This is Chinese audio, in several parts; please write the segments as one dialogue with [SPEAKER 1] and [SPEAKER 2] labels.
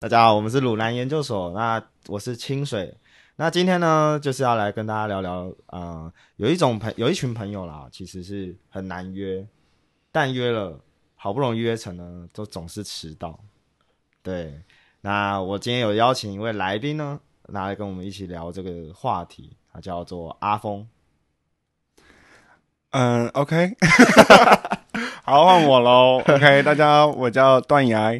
[SPEAKER 1] 大家好，我们是鲁南研究所，那我是清水。那今天呢，就是要来跟大家聊聊，呃，有一种朋，有一群朋友啦，其实是很难约，但约了，好不容易约成呢，都总是迟到。对，那我今天有邀请一位来宾呢，来跟我们一起聊这个话题，他叫做阿峰。
[SPEAKER 2] 嗯，OK，好，换我喽。OK，大家，我叫断崖，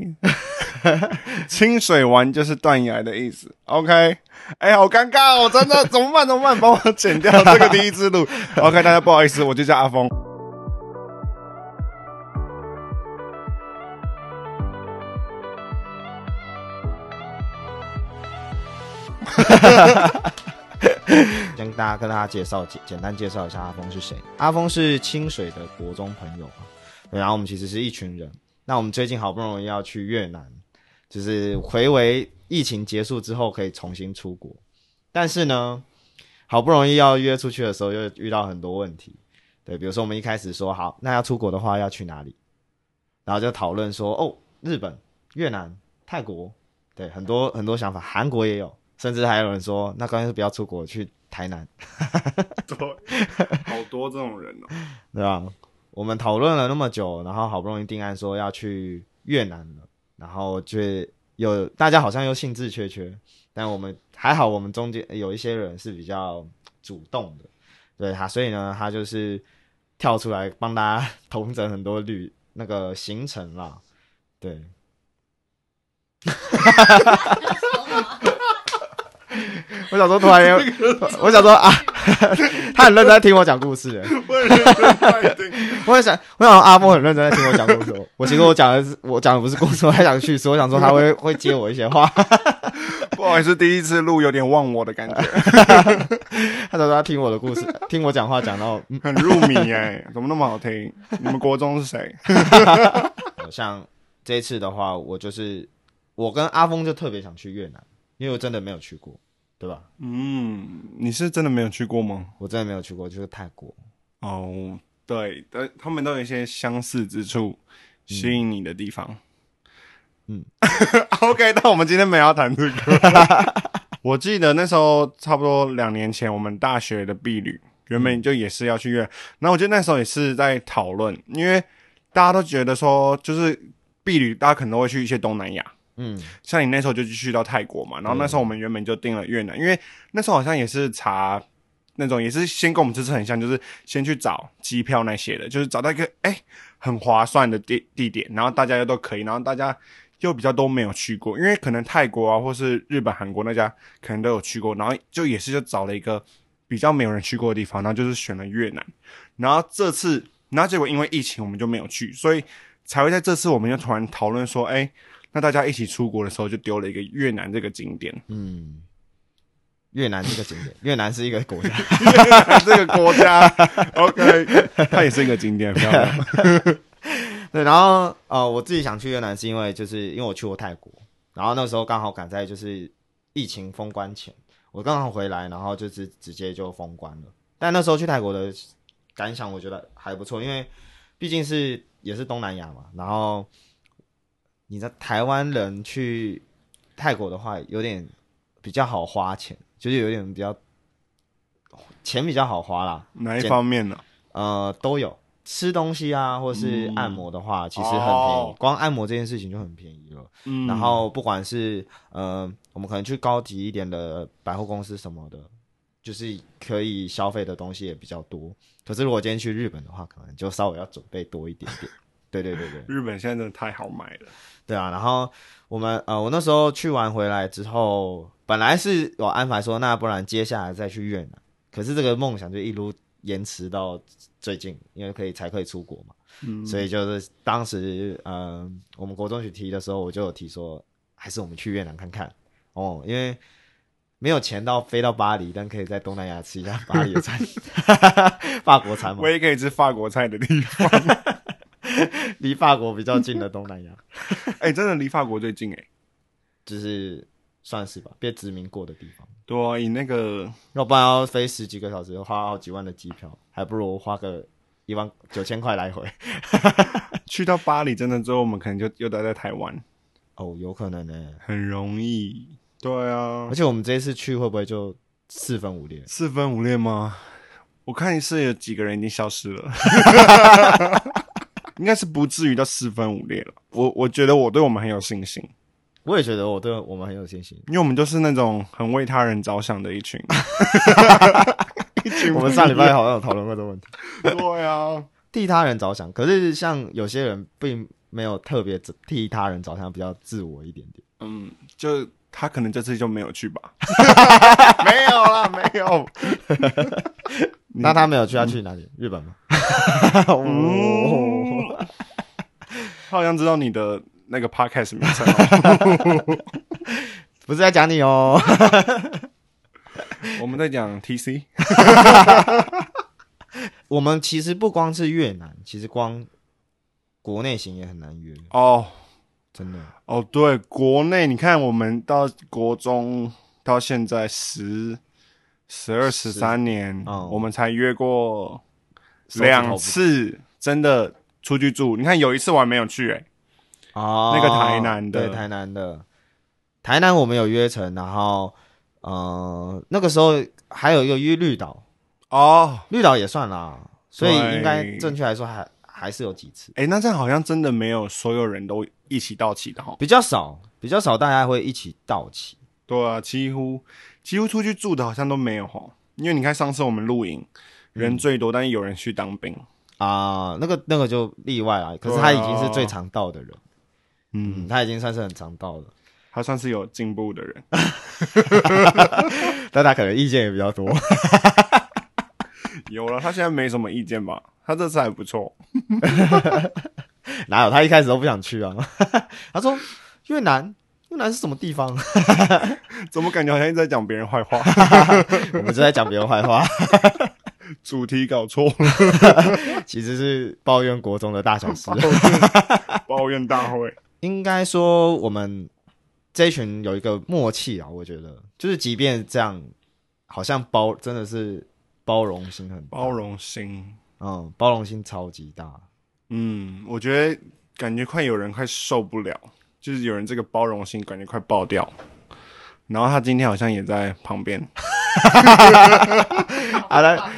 [SPEAKER 2] 清水丸就是断崖的意思。OK，哎、好尴尬哦，真的，怎么办？怎么办？帮我剪掉这个第一支录。OK，大家 不好意思，我就叫阿峰。
[SPEAKER 1] 先大家跟大家介绍简简单介绍一下阿峰是谁。阿峰是清水的国中朋友嘛，对然后我们其实是一群人。那我们最近好不容易要去越南，就是回为疫情结束之后可以重新出国，但是呢，好不容易要约出去的时候，又遇到很多问题。对，比如说我们一开始说好，那要出国的话要去哪里，然后就讨论说哦，日本、越南、泰国，对，很多很多想法，韩国也有，甚至还有人说，那干脆不要出国，去台南。
[SPEAKER 2] 对，好多这种人哦。
[SPEAKER 1] 对吧？我们讨论了那么久，然后好不容易定案说要去越南了，然后却有大家好像又兴致缺缺，但我们还好，我们中间有一些人是比较主动的，对他，所以呢，他就是跳出来帮大家统整很多旅那个行程啦，对，我想说突然有，我想说啊， 他很认真在听我讲故事，哎
[SPEAKER 2] 不能乱定
[SPEAKER 1] 我也想，我想阿莫很认真在听我讲故事。我其实我讲的是，我讲的不是故事，我还想叙述。我想说他会 会接我一些话。
[SPEAKER 2] 不好意思，第一次录有点忘我的感觉，
[SPEAKER 1] 他说他听我的故事，听我讲话讲到，嗯
[SPEAKER 2] 很入迷哎、 怎么那么好听？你们国中是谁？
[SPEAKER 1] 像这一次的话，我就是我跟阿峰就特别想去越南，因为我真的没有去过，对吧？
[SPEAKER 2] 嗯，你是真的没有去过吗？
[SPEAKER 1] 我真的没有去过，就是泰国。
[SPEAKER 2] 哦，对，但他们都有一些相似之处，吸引你的地方。
[SPEAKER 1] 嗯
[SPEAKER 2] ，OK，那我们今天没有要谈这个。我记得那时候差不多两年前，我们大学的毕旅原本就也是要去越南，然后我记得那时候也是在讨论，因为大家都觉得说，就是毕旅大家可能都会去一些东南亚，
[SPEAKER 1] 嗯，
[SPEAKER 2] 像你那时候就去到泰国嘛，然后那时候我们原本就定了越南，因为那时候好像也是查那种也是先跟我们这次很像，就是先去找机票那些的，就是找到一个哎、很划算的地地点，然后大家又都可以，然后大家又比较都没有去过，因为可能泰国啊或是日本、韩国那家可能都有去过，然后就也是就找了一个比较没有人去过的地方，然后就是选了越南，然后这次然后结果因为疫情我们就没有去，所以才会在这次我们就突然讨论说，哎、那大家一起出国的时候，就丢了一个越南这个景点，
[SPEAKER 1] 嗯，越南这个景点，越南是一个国家，
[SPEAKER 2] 这个国家，OK，它也是一个景点，漂亮。
[SPEAKER 1] 对，然后呃，我自己想去越南是因为就是因为我去过泰国，然后那时候刚好赶在就是疫情封关前，我刚好回来，然后就直直接就封关了。但那时候去泰国的感想，我觉得还不错，因为毕竟是也是东南亚嘛，然后你在台湾人去泰国的话，有点比较好花钱，就是有点比较钱比较好花啦，
[SPEAKER 2] 哪一方面呢、
[SPEAKER 1] 呃，都有吃东西啊，或是按摩的话，其实很便宜。
[SPEAKER 2] 嗯哦
[SPEAKER 1] 光按摩这件事情就很便宜了。
[SPEAKER 2] 嗯
[SPEAKER 1] 然后不管是呃，我们可能去高级一点的百货公司什么的，就是可以消费的东西也比较多。可是如果今天去日本的话，可能就稍微要准备多一点点。对对对对，
[SPEAKER 2] 日本现在真的太好买了，
[SPEAKER 1] 对啊，然后我们呃，我那时候去完回来之后，本来是有安排说，那不然接下来再去越南，可是这个梦想就一路延迟到最近，因为可以才可以出国嘛，
[SPEAKER 2] 嗯
[SPEAKER 1] 所以就是当时嗯、呃我们国中去提的时候，我就有提说，还是我们去越南看看哦，因为没有钱到飞到巴黎，但可以在东南亚吃一下巴黎的餐，法国餐嘛
[SPEAKER 2] 我，也可以吃法国菜的地方。
[SPEAKER 1] 离法国比较近的东南亚，
[SPEAKER 2] 哎、真的离法国最近哎、
[SPEAKER 1] 就是算是吧，被殖民过的地方。
[SPEAKER 2] 对啊，以那个
[SPEAKER 1] 要不然要飞十几个小时，花好几万的机票，还不如花个一万九千块来回。
[SPEAKER 2] 去到巴黎，真的之后我们可能就又待在台湾。
[SPEAKER 1] 哦，有可能呢、
[SPEAKER 2] 很容易。对啊
[SPEAKER 1] 而，且我们这一次去会不会就四分五裂？
[SPEAKER 2] 四分五裂吗？我看是有几个人已经消失了， 应该是不至于到四分五裂了。我我觉得我对我们很有信心，
[SPEAKER 1] 我也觉得我对我们很有信心。
[SPEAKER 2] 因为我们就是那种很为他人着想的一 群。一 群
[SPEAKER 1] 我们上礼拜好像有讨论过这个问题，
[SPEAKER 2] 对啊，
[SPEAKER 1] 替他人着想。可是像有些人并没有特别只替他人着想，比较自我一点 点。
[SPEAKER 2] 嗯，就他可能这次就没有去吧，没有啦，没有。
[SPEAKER 1] 那他没有去，他去哪里？日 本吗？哦
[SPEAKER 2] 嗯，他好像知道你的那个 podcast 名称、哦。
[SPEAKER 1] 不是在讲你哦。
[SPEAKER 2] 我们在讲 TC，
[SPEAKER 1] 我们其实不光是越南，其实光国内行也很难约，
[SPEAKER 2] 哦
[SPEAKER 1] 真的。
[SPEAKER 2] 哦，对，国内你看，我们到国中到现在十、十二、十三年，
[SPEAKER 1] 哦
[SPEAKER 2] 我们才约过
[SPEAKER 1] 手指头不
[SPEAKER 2] 两次，真的出去住。你看有一次我还没有去、欸，
[SPEAKER 1] 哦，
[SPEAKER 2] 那个台南的
[SPEAKER 1] 对，台南的，台南我们有约成，然后呃，那个时候还有一个约绿岛，
[SPEAKER 2] 哦，
[SPEAKER 1] 绿岛也算啦，所以
[SPEAKER 2] 对
[SPEAKER 1] 应该正确来说还还是有几次，
[SPEAKER 2] 哎、那这样好像真的没有所有人都一起到齐的哦。
[SPEAKER 1] 比较少，比较少，大家会一起到齐。
[SPEAKER 2] 对啊，几乎几乎出去住的好像都没有哦。因为你看上次我们露营，人最多，但是有人去当兵。
[SPEAKER 1] 啊、那个那个就例外啦，可是
[SPEAKER 2] 对啊
[SPEAKER 1] 他已经是最常到的人，
[SPEAKER 2] 嗯，
[SPEAKER 1] 嗯，他已经算是很常到了，
[SPEAKER 2] 他算是有进步的人。
[SPEAKER 1] 但他可能意见也比较多。
[SPEAKER 2] 有了，他现在没什么意见吧？他这次还不错。
[SPEAKER 1] 哪有？他一开始都不想去啊。 他说越南，越南是什么地方？
[SPEAKER 2] 怎么感觉好像一直在讲别人坏话？
[SPEAKER 1] 我们是在讲别人坏话，
[SPEAKER 2] 主题搞错了，
[SPEAKER 1] 其实是抱怨国中的大小事。
[SPEAKER 2] 抱怨大会。
[SPEAKER 1] 应该说我们这一群有一个默契啊，我觉得就是即便这样，好像包真的是包容心很大
[SPEAKER 2] 包，容心，
[SPEAKER 1] 嗯，包容心超级大。
[SPEAKER 2] 嗯，我觉得感觉快有人快受不了，就是有人这个包容心感觉快爆掉。然后他今天好像也在旁边，
[SPEAKER 1] 好了，啊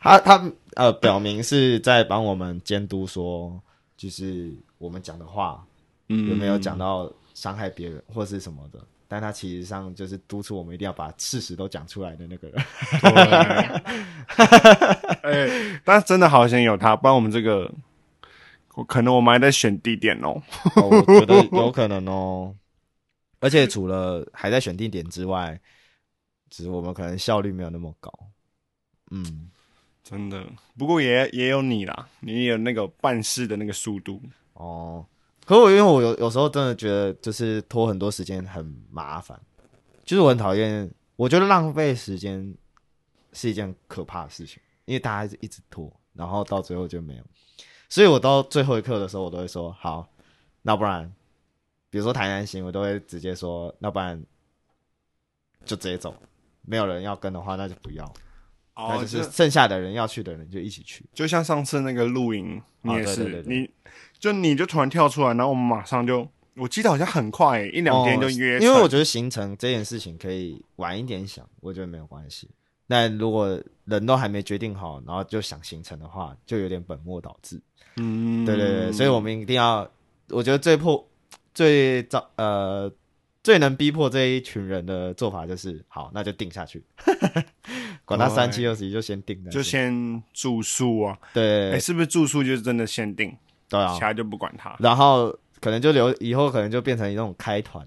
[SPEAKER 1] 他他呃，表明是在帮我们监督说，就是我们讲的话
[SPEAKER 2] 嗯，
[SPEAKER 1] 有没有讲到伤害别人或是什么的。但他其实上就是督促我们一定要把事实都讲出来的那个人。嗯
[SPEAKER 2] 对，哎、但真的好险有他，不然我们这个，我可能我们还在选地点哦。
[SPEAKER 1] 哦，我觉得有可能哦。而且除了还在选定点之外，只是我们可能效率没有那么高。嗯，
[SPEAKER 2] 真的，不过也也有你啦，你也有那个办事的那个速度，
[SPEAKER 1] 哦，可我因为我有有时候真的觉得就是拖很多时间很麻烦，就是我很讨厌，我觉得浪费时间是一件可怕的事情，因为大家一直拖，然后到最后就没有。所以我到最后一刻的时候，我都会说好，那不然，比如说台南行，我都会直接说，那不然就直接走，没有人要跟的话，那就不要，那哦就是
[SPEAKER 2] 就
[SPEAKER 1] 剩下的人要去的人就一起去。
[SPEAKER 2] 就像上次那个露营，你也是，
[SPEAKER 1] 哦对对对对
[SPEAKER 2] 你就你就突然跳出来，然后我们马上就，我记得好像很快、一两天就约
[SPEAKER 1] 哦
[SPEAKER 2] 成、
[SPEAKER 1] 因为我觉得行程这件事情可以晚一点想，我觉得没有关系。但如果人都还没决定好，然后就想行程的话，就有点本末倒置。
[SPEAKER 2] 嗯，
[SPEAKER 1] 对对对，所以我们一定要，我觉得最迫、最早呃、最能逼迫这一群人的做法就是，好，那就定下去， 管他三七二十一，就先定再说
[SPEAKER 2] 哦就先住宿啊，
[SPEAKER 1] 对
[SPEAKER 2] 哎、
[SPEAKER 1] 对
[SPEAKER 2] 是不是住宿就是真的限定，
[SPEAKER 1] 对啊
[SPEAKER 2] 其，他就不管它，
[SPEAKER 1] 然后可能就留以后可能就变成一种开团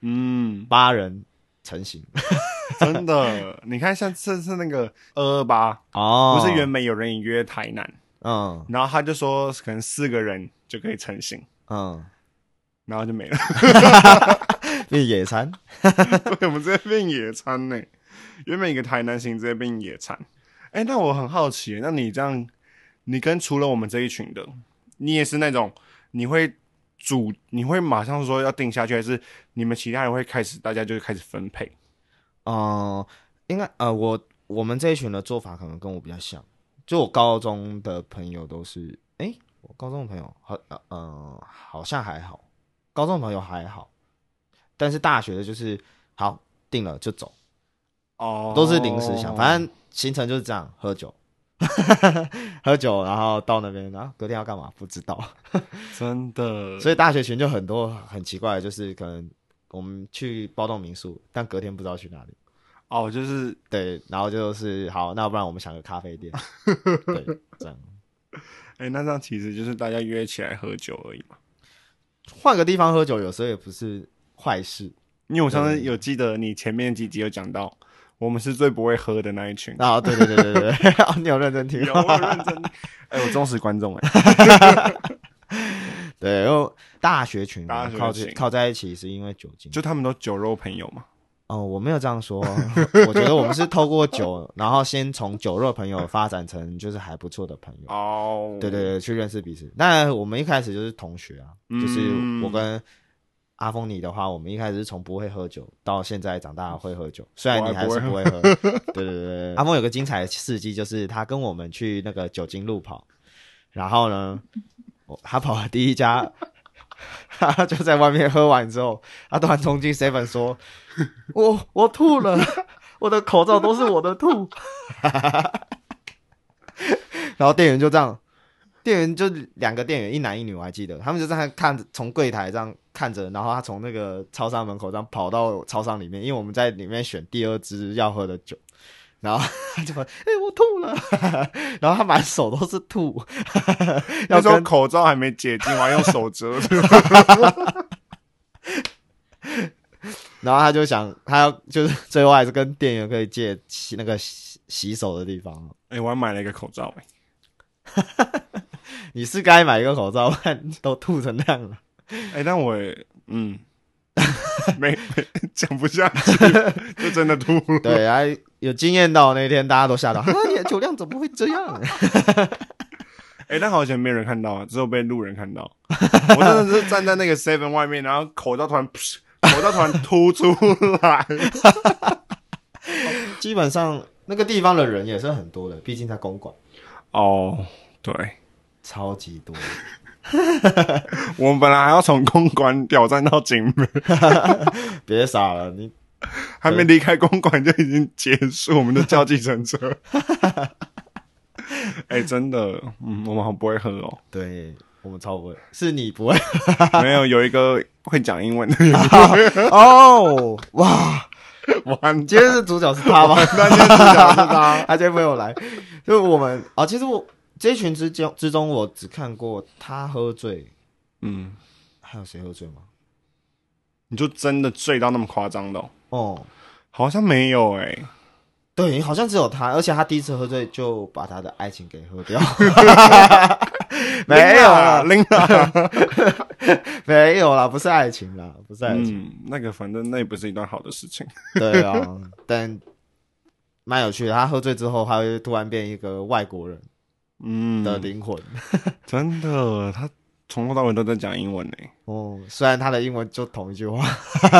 [SPEAKER 2] 嗯，
[SPEAKER 1] 八人成型
[SPEAKER 2] 真的，你看像这次那个二二八。
[SPEAKER 1] 哦，
[SPEAKER 2] 不是原本有人约台南，
[SPEAKER 1] 嗯
[SPEAKER 2] 然后他就说可能四个人就可以成型，
[SPEAKER 1] 嗯。
[SPEAKER 2] 然后 就没了。
[SPEAKER 1] 变野餐。
[SPEAKER 2] 对，我们直接变野餐呢、原本一个台南行直接变野餐。哎、那我很好奇，那你这样，你跟除了我们这一群的，你也是那种你会主，你会马上说要定下去，还是你们其他人会开始，大家就开始分配？
[SPEAKER 1] 嗯、应该呃，我我们这一群的做法可能跟我比较像，就我高中的朋友都是，诶，我高中的朋友好呃呃，好像还好，高中的朋友还好，但是大学的就是好定了就走，
[SPEAKER 2] 哦，
[SPEAKER 1] 都是临时想，反正行程就是这样，喝酒。 喝酒，然后到那边，然、后隔天要干嘛不知道，
[SPEAKER 2] 哦真的，
[SPEAKER 1] 所以大学群就很多很奇怪的，就是可能我们去包栋民宿，但隔天不知道去哪里。
[SPEAKER 2] 哦，就是
[SPEAKER 1] 对，然后就是好，那不然我们想个咖啡 店，对，这样
[SPEAKER 2] 哎、那这样其实就是大家约起来喝酒而已嘛。
[SPEAKER 1] 换个地方喝酒，有时候也不是坏事。
[SPEAKER 2] 因为我上次有记得你前面几集有讲到，我们是最不会喝的那一群。
[SPEAKER 1] 啊，对对对对对，对 哦你有认真听？
[SPEAKER 2] 有我认真，哎、我忠实观众哎、
[SPEAKER 1] 对，因为大学群啊
[SPEAKER 2] 大学
[SPEAKER 1] 靠
[SPEAKER 2] 群
[SPEAKER 1] 靠在一起是因为酒精。
[SPEAKER 2] 就他们都酒肉朋友嘛。
[SPEAKER 1] 哦，我没有这样说，我觉得我们是透过酒，然后先从酒肉朋友发展成就是还不错的朋友。
[SPEAKER 2] 哦，
[SPEAKER 1] 对对，对，去认识彼此。那我们一开始就是同学啊，就是
[SPEAKER 2] 嗯
[SPEAKER 1] 我跟阿峰你的话，我们一开始是从不会喝酒到现在长大会喝酒，虽然你还是不会喝。对对对对，阿峰有个精彩的事迹，就是他跟我们去那个酒精路跑，然后呢，我他跑了第一家。他就在外面喝完之后，他突然冲进 seven 说：“我我吐了，我的口罩都是我的吐。”然后店员就这样，店员就两个店员，一男一女，我还记得，他们就这样看着，从柜台这样看着，然后他从那个超商门口这样跑到超商里面，因为我们在里面选第二支要喝的酒，然后他就哎、欸我吐了， 然后他满手都是吐，
[SPEAKER 2] 那
[SPEAKER 1] 要
[SPEAKER 2] 时候
[SPEAKER 1] 跟
[SPEAKER 2] 口罩还没解禁，我还用手遮住。
[SPEAKER 1] 然后他就想他要就是最后还是跟店员可以借洗那个洗洗手的地方，
[SPEAKER 2] 哎、我还买了一个口罩、哎，
[SPEAKER 1] 你是该买一个口罩，不然都吐成那样了。
[SPEAKER 2] 哎、但我嗯， 没没讲不下 去，就真的吐了。
[SPEAKER 1] 对，还有惊艳到那天，大家都吓到， 啊，你的酒量怎么会这样？
[SPEAKER 2] 哎、但好像没有人看到啊，只有被路人看到。 我真的是站在那个 seven 外面，然后口罩突然， 噗口罩突然凸出来。
[SPEAKER 1] 基本上那个地方的人也是很多的，毕竟在公馆，
[SPEAKER 2] 哦，对，
[SPEAKER 1] 超级 多。
[SPEAKER 2] 我们本来还要从公馆挑战到景美，
[SPEAKER 1] 别傻了，你
[SPEAKER 2] 还没离开公馆就已经结束，我们就叫计程车。哎、真的，嗯，我们好不会喝哦。
[SPEAKER 1] 对我们超不会，是你不 会
[SPEAKER 2] 没有，有一个会讲英文的人，
[SPEAKER 1] 哦。哇，
[SPEAKER 2] 完
[SPEAKER 1] 今天是主角是他 吗？
[SPEAKER 2] 蛋，今天主角是他。
[SPEAKER 1] 他今天没有来，就是我们啊、其实我这一群之中之中，我只看过他喝醉，
[SPEAKER 2] 嗯，
[SPEAKER 1] 还有谁喝醉吗？
[SPEAKER 2] 你就真的醉到那么夸张的哦、
[SPEAKER 1] 哦，
[SPEAKER 2] 好像没有哎、
[SPEAKER 1] 对，好像只有他，而且他第一次喝醉就把他的爱情给喝 掉， 没有啦，
[SPEAKER 2] 琳达，琳达
[SPEAKER 1] 没有啦，不是爱情啦，不是爱情。
[SPEAKER 2] 嗯，那个反正那也不是一段好的事情。
[SPEAKER 1] 对啊，但蛮有趣的。他喝醉之后，他会突然变一个外国人
[SPEAKER 2] 嗯，
[SPEAKER 1] 的灵魂。
[SPEAKER 2] 真的，他从头到尾都在讲英文欸呢、
[SPEAKER 1] 哦，虽然他的英文就同一句话。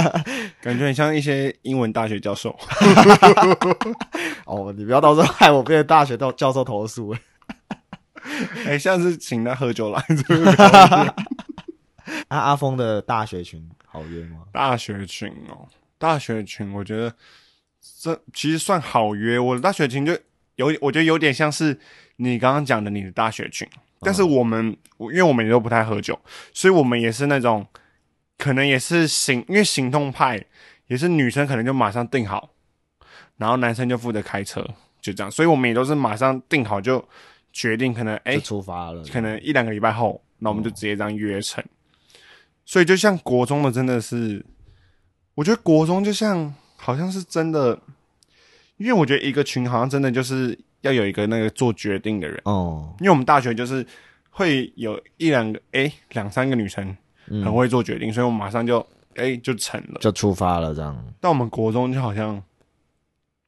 [SPEAKER 2] 感觉很像一些英文大学教授。
[SPEAKER 1] 哦，你不要到时候害我被大学教教授投诉。
[SPEAKER 2] 哎、下次请他喝酒来
[SPEAKER 1] 啊，阿峰的大学群好约吗？
[SPEAKER 2] 大学群哦，大学群，我觉得这其实算好约。我的大学群就有，我觉得有点像是你刚刚讲的你的大学群，但是我们、我因为我们也都不太喝酒，所以我们也是那种可能也是行，因为行动派也是女生可能就马上定好，然后男生就负责开车，就这样。所以我们也都是马上定好就决定，可能哎、
[SPEAKER 1] 就出发了，
[SPEAKER 2] 可能一两个礼拜后，那我们就直接这样约成。所以就像国中的，真的是，我觉得国中就像好像是真的，因为我觉得一个群好像真的就是要有一个那个做决定的人，
[SPEAKER 1] 哦，
[SPEAKER 2] 因为我们大学就是会有一两个哎两、三个女生
[SPEAKER 1] 嗯
[SPEAKER 2] 很会做决定，所以我们马上就哎、就成了。
[SPEAKER 1] 就出发了，这样
[SPEAKER 2] 但我们国中就好像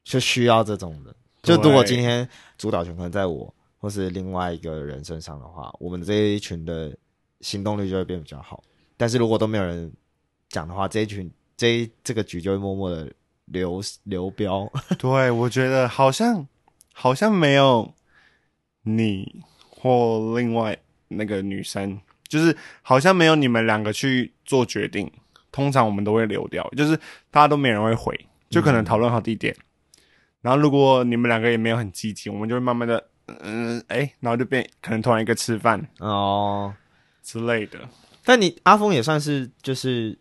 [SPEAKER 1] 就需要这种的。就
[SPEAKER 2] 对
[SPEAKER 1] 如果今天主导权可能在我或是另外一个人身上的话，我们这一群的行动力就会变比较好。但是如果都没有人讲的话，这一群这一这个局就会默默的流流标。
[SPEAKER 2] 对，我觉得好像好像没有你或另外那个女生，就是好像没有你们两个去做决定，通常我们都会留掉，就是大家都没人会回，就可能
[SPEAKER 1] 嗯
[SPEAKER 2] 讨论好地点，然后如果你们两个也没有很积极，我们就会慢慢的，嗯、哎、然后就变可能突然一个吃饭
[SPEAKER 1] 哦，
[SPEAKER 2] 之类的，
[SPEAKER 1] 但你阿峰也算是就是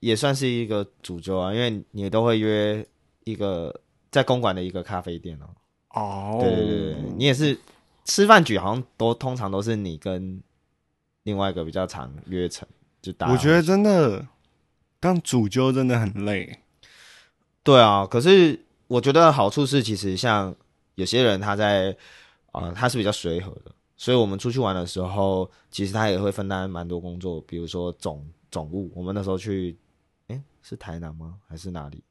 [SPEAKER 1] 也算是一个主角啊，因为你都会约一个在公馆的一个咖啡店哦。
[SPEAKER 2] 哦
[SPEAKER 1] 对对对，对你也是吃饭局，好像都通常都是你跟另外一个比较常约成，就打。
[SPEAKER 2] 我觉得真的当主揪真的很累，
[SPEAKER 1] 对啊，可是我觉得好处是，其实像有些人他在啊、呃他是比较随和的，所以我们出去玩的时候，其实他也会分担蛮多工作，比如说总总务，我们那时候去，诶，是台南吗？还是哪里？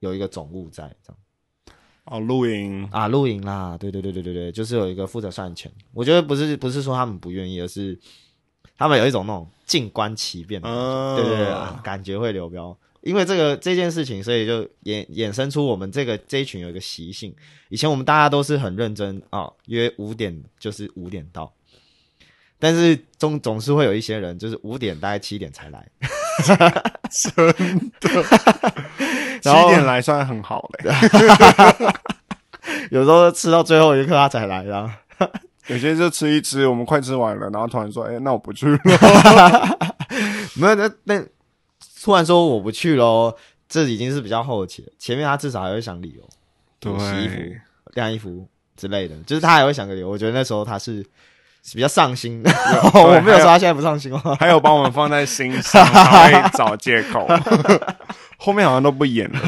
[SPEAKER 1] 有一个总务在这样
[SPEAKER 2] 哦，露营
[SPEAKER 1] 啊，露营啦，对对对对对对，就是有一个负责算钱。我觉得不是不是说他们不愿意，而是他们有一种那种静观其变的感觉
[SPEAKER 2] 嗯
[SPEAKER 1] 对对对、啊感觉会流标。因为这个这件事情，所以就衍衍生出我们这个这一群有一个习性。以前我们大家都是很认真啊、约五点就是五点到，但是总总是会有一些人就是五点大概七点才来，
[SPEAKER 2] 七
[SPEAKER 1] 然后
[SPEAKER 2] 点来算很好 嘞，
[SPEAKER 1] 有时候吃到最后一刻他才来啊。
[SPEAKER 2] 有些就吃一吃，我们快吃完了，然后突然说，哎、那我不去了，
[SPEAKER 1] 没有，那那突然说我不去喽，这已经是比较后期了。前面他至少还会想理由，
[SPEAKER 2] 对
[SPEAKER 1] 我洗衣服晾衣服之类的，就是他还会想个理由。我觉得那时候他是是比较上心的， 我没有说他现在不上心哦。
[SPEAKER 2] 还有把我们放在心上，还会找借 口。后面好像都不演了，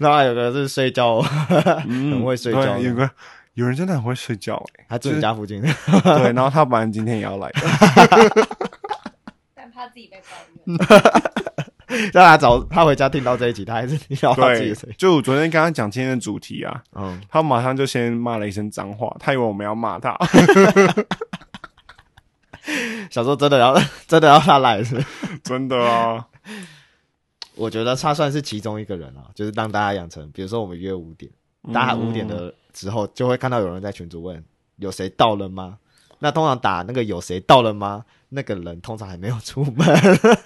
[SPEAKER 1] 然后还有个是睡觉，嗯很会睡觉
[SPEAKER 2] 对有个有人真的很会睡觉欸哎、
[SPEAKER 1] 还住你家附近，
[SPEAKER 2] 对，然后他本来今天也要来的，
[SPEAKER 3] 但怕自己被抱怨。
[SPEAKER 1] 让他早他回家听到这一集，他还是听到哦他自己
[SPEAKER 2] 对
[SPEAKER 1] 睡。，
[SPEAKER 2] 就我昨天跟他讲今天的主题啊，
[SPEAKER 1] 嗯，
[SPEAKER 2] 他马上就先骂了一声脏话，他以为我们要骂他，
[SPEAKER 1] 小时候真的要真的要他来是不是，
[SPEAKER 2] 真的啊，
[SPEAKER 1] 我觉得他算是其中一个人啊，就是让大家养成，比如说我们约五点。大家五点
[SPEAKER 2] 嗯
[SPEAKER 1] 的时候就会看到有人在群组问有谁到了吗？那通常打那个有谁到了吗？那个人通常还没有出门，
[SPEAKER 2] 哦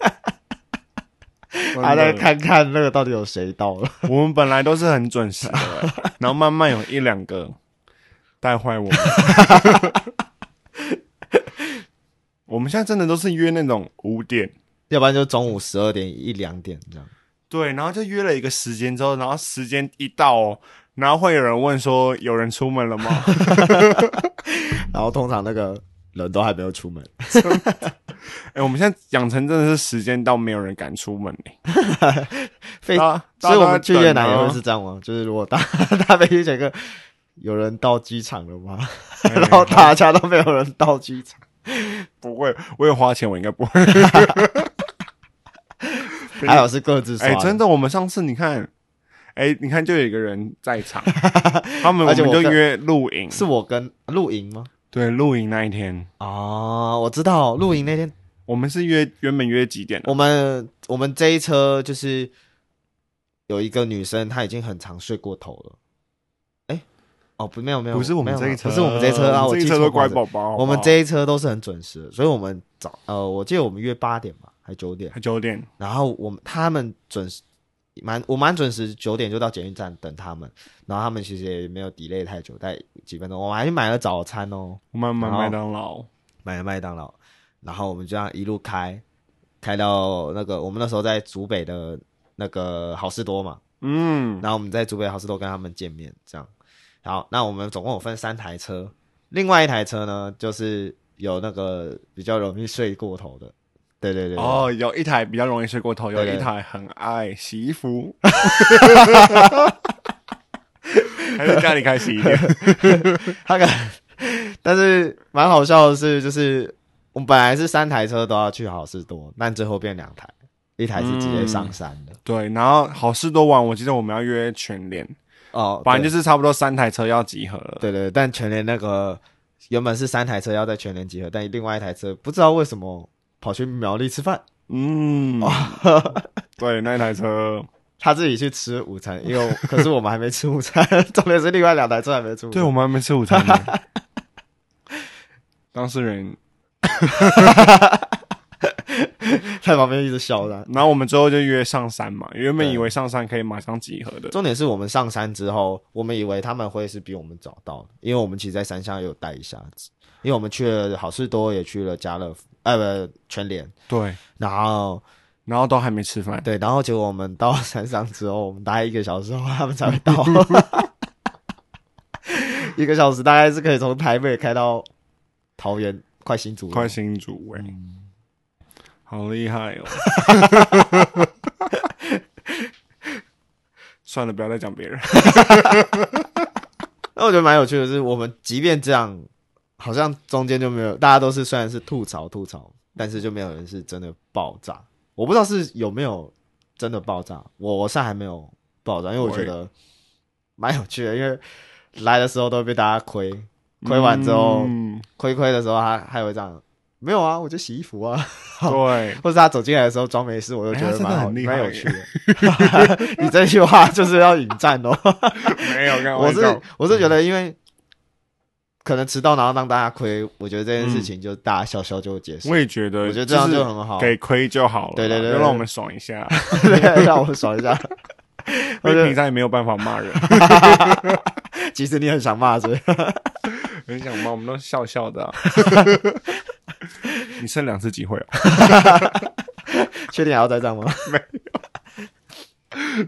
[SPEAKER 2] 嗯
[SPEAKER 1] 还在。看看那个到底有谁到了。
[SPEAKER 2] 真的我们本来都是很准时的欸、然后慢慢有一两个带坏我们。我们现在真的都是约那种五点，
[SPEAKER 1] 要不然就中午十二点一两点这样。
[SPEAKER 2] 对，然后就约了一个时间之后，然后时间一到、哦，然后会有人问说：“有人出门了吗
[SPEAKER 1] 然后通常那个人都还没有出门，？”
[SPEAKER 2] 哎、我们现在养成真的是时间到没有人敢出门嘞、
[SPEAKER 1] 非
[SPEAKER 2] 啊，
[SPEAKER 1] 哎所以我们去越
[SPEAKER 2] 大
[SPEAKER 1] 南
[SPEAKER 2] 家
[SPEAKER 1] 也
[SPEAKER 2] 都
[SPEAKER 1] 会
[SPEAKER 2] 在啊
[SPEAKER 1] 是这样吗？就是如果大大飞机整个有人到机场了吗？
[SPEAKER 2] 等
[SPEAKER 1] 然
[SPEAKER 2] 啊
[SPEAKER 1] 后 大家都没有人到机 场，
[SPEAKER 2] 不会，我有花钱，我应该不 会。
[SPEAKER 1] 还有是各自刷
[SPEAKER 2] 哎、
[SPEAKER 1] 的。
[SPEAKER 2] 真的，我们上次你看，哎、你看就有一个人在 场，他们
[SPEAKER 1] 而且
[SPEAKER 2] 我
[SPEAKER 1] 我
[SPEAKER 2] 们就
[SPEAKER 1] 跟
[SPEAKER 2] 约露营，
[SPEAKER 1] 是我跟露营吗？
[SPEAKER 2] 对，露营那一天，
[SPEAKER 1] 哦，我知道露营那天
[SPEAKER 2] 我们是约原本约几点的？啊
[SPEAKER 1] 我们我们这一车就是有一个女生，她已经很常睡过头了。哎、哦不，没有没有，
[SPEAKER 2] 不是我们这一车，
[SPEAKER 1] 不是我们这一车啊，
[SPEAKER 2] 我
[SPEAKER 1] 我
[SPEAKER 2] 们这
[SPEAKER 1] 记
[SPEAKER 2] 一车
[SPEAKER 1] 错
[SPEAKER 2] 都
[SPEAKER 1] 房
[SPEAKER 2] 乖
[SPEAKER 1] 子
[SPEAKER 2] 宝宝好啊不好，
[SPEAKER 1] 我们这一车都是很准时的，所以我们早呃，我记得我们约八点吧，还九点，
[SPEAKER 2] 九点，
[SPEAKER 1] 然后我们他们准时。蛮我蛮准时，九点就到检运站等他们，然后他们其实也没有 delay 太久，大概几分钟。我们还去买了早餐哦，
[SPEAKER 2] 我们买
[SPEAKER 1] 然后
[SPEAKER 2] 麦当劳，
[SPEAKER 1] 买了麦当劳，然后我们这样一路开，开到那个我们那时候在竹北的那个好事多嘛，
[SPEAKER 2] 嗯，
[SPEAKER 1] 然后我们在竹北好事多跟他们见面，这样。好，那我们总共有分三台车，另外一台车呢，就是有那个比较容易睡过头的，对对对，对，
[SPEAKER 2] 哦，有一台比较容易睡过头，有
[SPEAKER 1] 对
[SPEAKER 2] 一
[SPEAKER 1] 对
[SPEAKER 2] 台很爱洗衣服， 还在家里开洗 衣店。
[SPEAKER 1] 他敢，但是蛮好笑的是，就是我们本来是三台车都要去好事多，但最后变两台，一台是直接
[SPEAKER 2] 嗯
[SPEAKER 1] 上山的，
[SPEAKER 2] 对，然后好事多晚，我记得我们要约全联，
[SPEAKER 1] 哦，
[SPEAKER 2] 反正
[SPEAKER 1] 对
[SPEAKER 2] 就是差不多三台车要集合了。
[SPEAKER 1] 对对，对但全联那个原本是三台车要在全联集合，但另外一台车不知道为什么跑去苗栗吃饭，
[SPEAKER 2] 嗯， 对，那一台车，
[SPEAKER 1] 他自己去吃午餐，因为我可是我们还没吃午餐， 重点是另外两台车还没吃午餐。
[SPEAKER 2] 对我们还没吃午餐 呢。当事人
[SPEAKER 1] 在旁边一直笑他。
[SPEAKER 2] 然后我们最后就约上山嘛，原本
[SPEAKER 1] 对
[SPEAKER 2] 以为上山可以马上集合的，
[SPEAKER 1] 重点是我们上山之后，我们以为他们会是比我们早到的，因为我们其实在山下也有待一下子，因为我们去了好事多，也去了家乐福，呃，不全联，
[SPEAKER 2] 对，
[SPEAKER 1] 然后
[SPEAKER 2] 然后都还没吃饭，
[SPEAKER 1] 对，然后结果我们到山上之后，我们大概一个小时后他们才会到， 一个小时大概是可以从台北开到桃园，快新竹了，
[SPEAKER 2] 快新竹哎、好厉害 哦！算了，不要再讲别人。
[SPEAKER 1] 那我觉得蛮有趣的是，我们即便这样，好像中间就没有，大家都是虽然是吐槽吐槽，但是就没有人是真的爆炸。我不知道是有没有真的爆炸，我我现在还没有爆炸，因为我觉得蛮有趣的，因为来的时候都会被大家亏，亏完之后、
[SPEAKER 2] 嗯、
[SPEAKER 1] 亏亏的时候他还会这样，没有啊，我就洗衣服啊，
[SPEAKER 2] 对，
[SPEAKER 1] 或是他走进来的时候装没事，我就觉
[SPEAKER 2] 哎他
[SPEAKER 1] 得
[SPEAKER 2] 真的
[SPEAKER 1] 蛮好、
[SPEAKER 2] 很厉害
[SPEAKER 1] 蛮有趣的。 你这句话就是要引战 哦。
[SPEAKER 2] 没 有，跟
[SPEAKER 1] 我是我是觉得，因为可能迟到然后让大家亏，我觉得这件事情就大家笑笑就结束。
[SPEAKER 2] 我也觉得，
[SPEAKER 1] 我觉得这样
[SPEAKER 2] 就
[SPEAKER 1] 就是很好，
[SPEAKER 2] 给亏就好了啦，
[SPEAKER 1] 对对对对
[SPEAKER 2] 就让我们爽一下。
[SPEAKER 1] 对，让我爽一下。 我
[SPEAKER 2] 因
[SPEAKER 1] 觉
[SPEAKER 2] 为平
[SPEAKER 1] 得
[SPEAKER 2] 常也没有办法骂人，
[SPEAKER 1] 其实你很想骂，是不是？
[SPEAKER 2] 很想骂，我们都笑笑的啊、 你剩两次机会哦，
[SPEAKER 1] 确定还要再这样吗？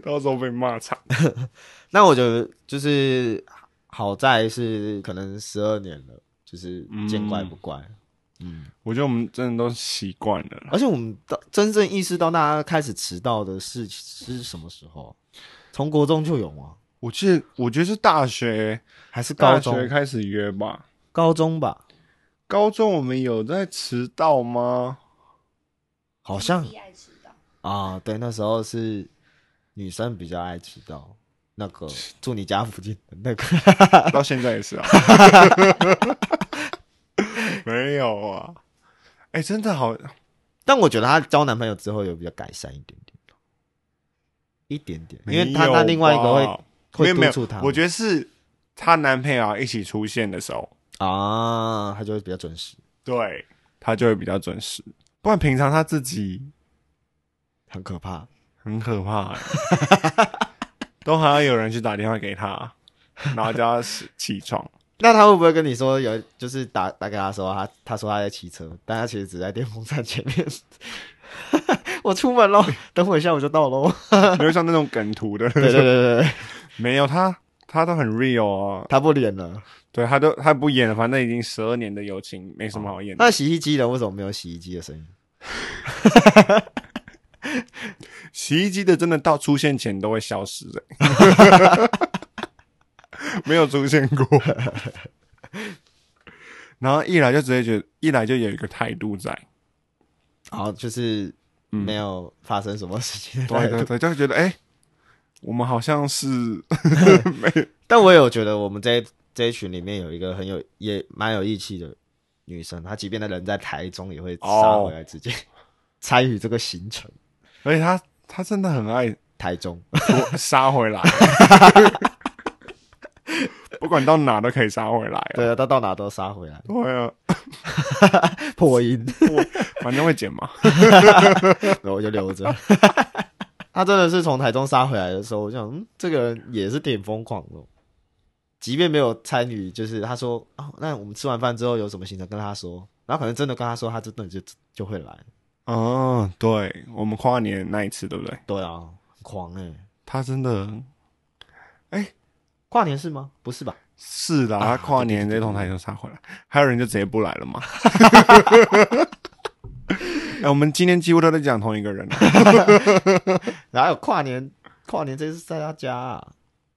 [SPEAKER 2] 到时候被骂惨。
[SPEAKER 1] 那我觉得就是好在是可能十二年了，就是见怪不怪。嗯，
[SPEAKER 2] 我觉得我们真的都习惯了。
[SPEAKER 1] 而且我们到真正意识到大家开始迟到的事是什么时候？从国中就有吗？
[SPEAKER 2] 我记得，我觉得是大学，
[SPEAKER 1] 还是高
[SPEAKER 2] 大学
[SPEAKER 1] 中？
[SPEAKER 2] 开始约吧。
[SPEAKER 1] 高中吧，
[SPEAKER 2] 高中我们有在迟到吗？
[SPEAKER 1] 好像
[SPEAKER 2] 嗯
[SPEAKER 3] 自己爱迟到，
[SPEAKER 1] 啊，对，那时候是女生比较爱迟到，那个住你家附近的那个，
[SPEAKER 2] 到现在也是啊， 没有啊。哎、真的好，
[SPEAKER 1] 但我觉得她交男朋友之后有比较改善一点点，一点点，因为她
[SPEAKER 2] 没有
[SPEAKER 1] 那另外一个
[SPEAKER 2] 吧
[SPEAKER 1] 会会
[SPEAKER 2] 没有没
[SPEAKER 1] 督
[SPEAKER 2] 有
[SPEAKER 1] 促她，
[SPEAKER 2] 我觉得是她男朋友啊一起出现的时候，
[SPEAKER 1] 得啊，她就会比较准时，
[SPEAKER 2] 对她就会比较准时。不然平常她自己
[SPEAKER 1] 很可怕。
[SPEAKER 2] 很可怕、 欸，都还要有人去打电话给她，然后叫她起起床。
[SPEAKER 1] 那她会不会跟你说有，就是打打给她说她她说她在骑车，但她其实只在电风扇前面。 我出门喽，等我一下我就到喽。
[SPEAKER 2] 没有像那种梗图 的，
[SPEAKER 1] 对对对对对，
[SPEAKER 2] 没有她，她都很 real 哦。
[SPEAKER 1] 她不演了。
[SPEAKER 2] 对，她都她不演了，反正已经十二年的友情，没什么好演的。
[SPEAKER 1] 那洗衣机的为什么没有洗衣机的声音？
[SPEAKER 2] 洗衣机的真的到出现前都会消失 的、没有出现过。然后一来就直接觉得，一来就有一个态度在，
[SPEAKER 1] 然后就是
[SPEAKER 2] 嗯
[SPEAKER 1] 没有发生什么事 情的态
[SPEAKER 2] 对
[SPEAKER 1] 度。
[SPEAKER 2] 对对，就觉得哎、我们好像是
[SPEAKER 1] 但我有觉得我们这一这一群里面有一个很有也蛮有义气的女生，她即便她人在台中，也会杀回来直接参与这个行程。
[SPEAKER 2] 而且他他真的很爱
[SPEAKER 1] 台中，
[SPEAKER 2] 我杀回来，不管到哪都可以杀回来、啊。
[SPEAKER 1] 对啊，她到哪都杀回来，
[SPEAKER 2] 对啊，
[SPEAKER 1] 破音，
[SPEAKER 2] 反正会剪嘛。
[SPEAKER 1] 然后我就留着。 她真的是从台中杀回来的时候，我想，嗯，这个人也是挺疯狂的哦。即便没有参与，就是她说哦，那我们吃完饭之后有什么行程，跟她说，然后可能真的跟她说，她真的就就会来。
[SPEAKER 2] 哦，对，我们跨年那一次，对不对？
[SPEAKER 1] 对啊，很狂哎、
[SPEAKER 2] 他真的
[SPEAKER 1] 跨年是吗？不是吧？
[SPEAKER 2] 是的，他跨年这从台球杀回来，还有人就直接不来了 嘛。哎、我们今天几乎都在讲同一 个人、啊。
[SPEAKER 1] 哪有跨年？跨年这次在他家、啊，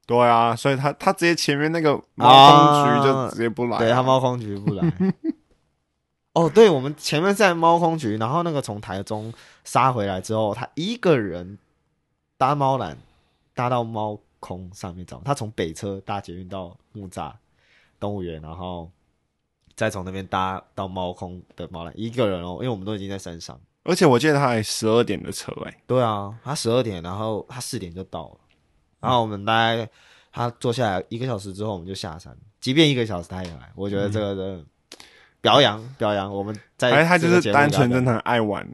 [SPEAKER 2] 对啊，所以他他直接前面那个猫公局就直接不来、
[SPEAKER 1] 对他猫空局不来。 哦，对，我们前面在猫空局，然后那个从台中杀回来之后，他一个人搭猫缆搭到猫空上面找，他从北车搭捷运到木栅动物园，然后再从那边搭到猫空的猫缆，一个人哦，因为我们都已经在山上。
[SPEAKER 2] 而且我记得他还十二点的车、哎，
[SPEAKER 1] 对啊，他十二点，然后他四点就到了，然后我们大概他坐下来一个小时之后，我们就下山。即便一个小时他也来，我觉得这个真的表扬表扬。我们在
[SPEAKER 2] 反正他就
[SPEAKER 1] 这个
[SPEAKER 2] 嗯是
[SPEAKER 1] 节目
[SPEAKER 2] 单纯
[SPEAKER 1] 表扬
[SPEAKER 2] 真的很爱玩，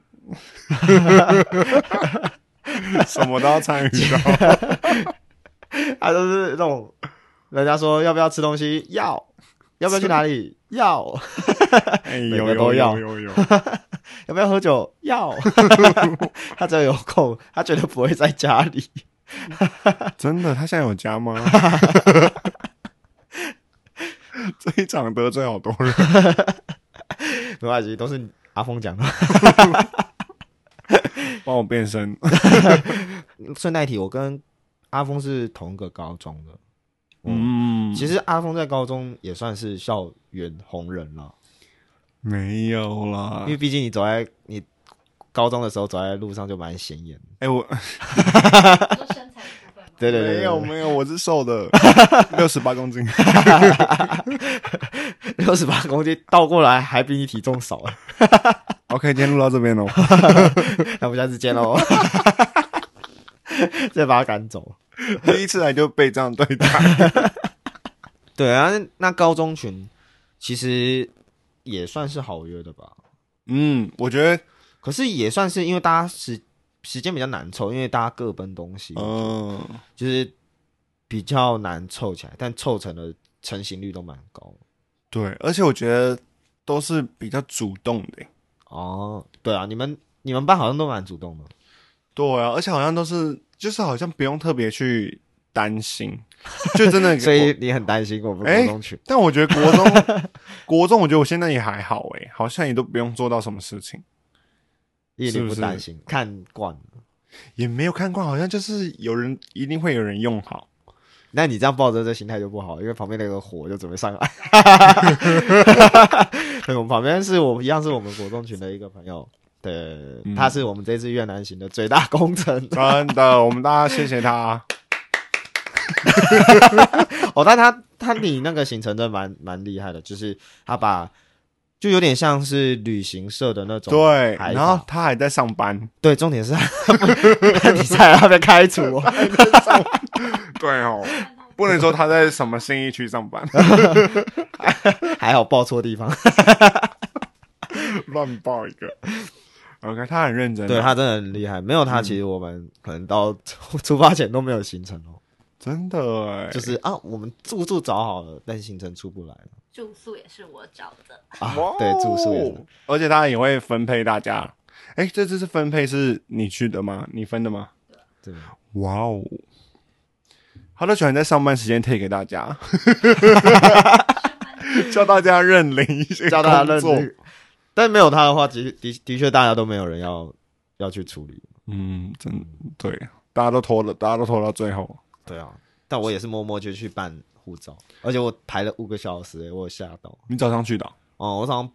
[SPEAKER 2] 什么都要参与 到。
[SPEAKER 1] 他都是那种人家说要不要吃东西，要，要不要去哪里，要，
[SPEAKER 2] 哎，
[SPEAKER 1] 每
[SPEAKER 2] 有
[SPEAKER 1] 个
[SPEAKER 2] 有
[SPEAKER 1] 都要
[SPEAKER 2] 有有有，
[SPEAKER 1] 要不要喝酒，要。 他只要有空，他绝对不会在家里。
[SPEAKER 2] 真的，他现在有家吗？ 这一场得罪好多人，
[SPEAKER 1] 没关系，都是阿峰讲的。
[SPEAKER 2] 帮我变身。
[SPEAKER 1] 顺带一提，我跟阿峰是同一个高中的。嗯，
[SPEAKER 2] 嗯，
[SPEAKER 1] 其实阿峰在高中也算是校园红人了，
[SPEAKER 2] 没有啦
[SPEAKER 1] 因。为毕竟你走在你高中的时候走在路上就蛮显眼的。
[SPEAKER 2] 哎、我
[SPEAKER 3] 你说身材的部分吗？
[SPEAKER 1] 对对对
[SPEAKER 2] 没有
[SPEAKER 1] 对
[SPEAKER 2] 没有，我是瘦 的，六十八公斤。
[SPEAKER 1] 对，六十八公斤倒过来还比你体重少，
[SPEAKER 2] OK，今天录到这边哦喽。
[SPEAKER 1] 那我们下次见喽。 再把他赶走。
[SPEAKER 2] 第一次来就被这样对待，
[SPEAKER 1] 对啊，那那高中群其实也算是好约的吧，
[SPEAKER 2] 嗯，我觉得，
[SPEAKER 1] 可是也算是因为大家时时间比较难凑，因为大家各奔东西。
[SPEAKER 2] 嗯、
[SPEAKER 1] 就是比较难凑起来，但凑成的成型率都蛮高
[SPEAKER 2] 对，而且我觉得都是比较主动的、
[SPEAKER 1] 哦。对啊，你们你们班好像都蛮主动的，
[SPEAKER 2] 对啊，而且好像都是，就是好像不用特别去担心，就真的。
[SPEAKER 1] 所以你很担心我们
[SPEAKER 2] 哎
[SPEAKER 1] 国中群、
[SPEAKER 2] 但我觉得国中， 国中我觉得我现在也还好诶、好像也都不用做到什么事情，
[SPEAKER 1] 一
[SPEAKER 2] 是
[SPEAKER 1] 定
[SPEAKER 2] 不
[SPEAKER 1] 不
[SPEAKER 2] 是
[SPEAKER 1] 担心，看惯了。
[SPEAKER 2] 也没有看惯，好像就是有人一定会有人用好，
[SPEAKER 1] 那你这样抱着这心态就不好，因为旁边那个火就准备上 来。对，我们旁边是我们一样是我们国中群的一个朋友，对，
[SPEAKER 2] 嗯
[SPEAKER 1] 他是我们这次越南行的最大功臣
[SPEAKER 2] 真的，我们大家谢谢他。
[SPEAKER 1] 哦。但他他你那个行程真的蛮蛮厉害的，就是他把就有点像是旅行社的那种
[SPEAKER 2] 对，
[SPEAKER 1] 海
[SPEAKER 2] 然后
[SPEAKER 1] 岛
[SPEAKER 2] 他还在上班，
[SPEAKER 1] 对，重点是 他你在那边开除我，
[SPEAKER 2] 对哦，不能说他在什么新一区上 班，
[SPEAKER 1] 还好报错地方。
[SPEAKER 2] 乱报一个。OK，他很认真嗯啊，
[SPEAKER 1] 对他真的很厉害，没有他，其实我们可能到出发前都没有行程哦。
[SPEAKER 2] 真的哎、
[SPEAKER 1] 就是啊，我们住宿找好了，但行程出不来了
[SPEAKER 3] 住宿也是我找的，
[SPEAKER 1] 啊
[SPEAKER 2] 哇哦。
[SPEAKER 1] 对，住宿也是，
[SPEAKER 2] 而且他也会分配大家。哎、这次是分配是你去的吗？你分的吗？
[SPEAKER 1] 对，
[SPEAKER 2] 哇哦，他都喜欢在上班时间退给大家， 叫大家认领一些
[SPEAKER 1] 叫大家认
[SPEAKER 2] 哎工作
[SPEAKER 1] 真。但没有他的话，其实的的确大家都没有人要要去处理。
[SPEAKER 2] 嗯，真对，大家都拖了，大家都拖到最后。
[SPEAKER 1] 对啊，但我也是默默就去办护照，而且我排了五个小时、欸，我有吓到。
[SPEAKER 2] 你早上去的哦、
[SPEAKER 1] 哦，我早上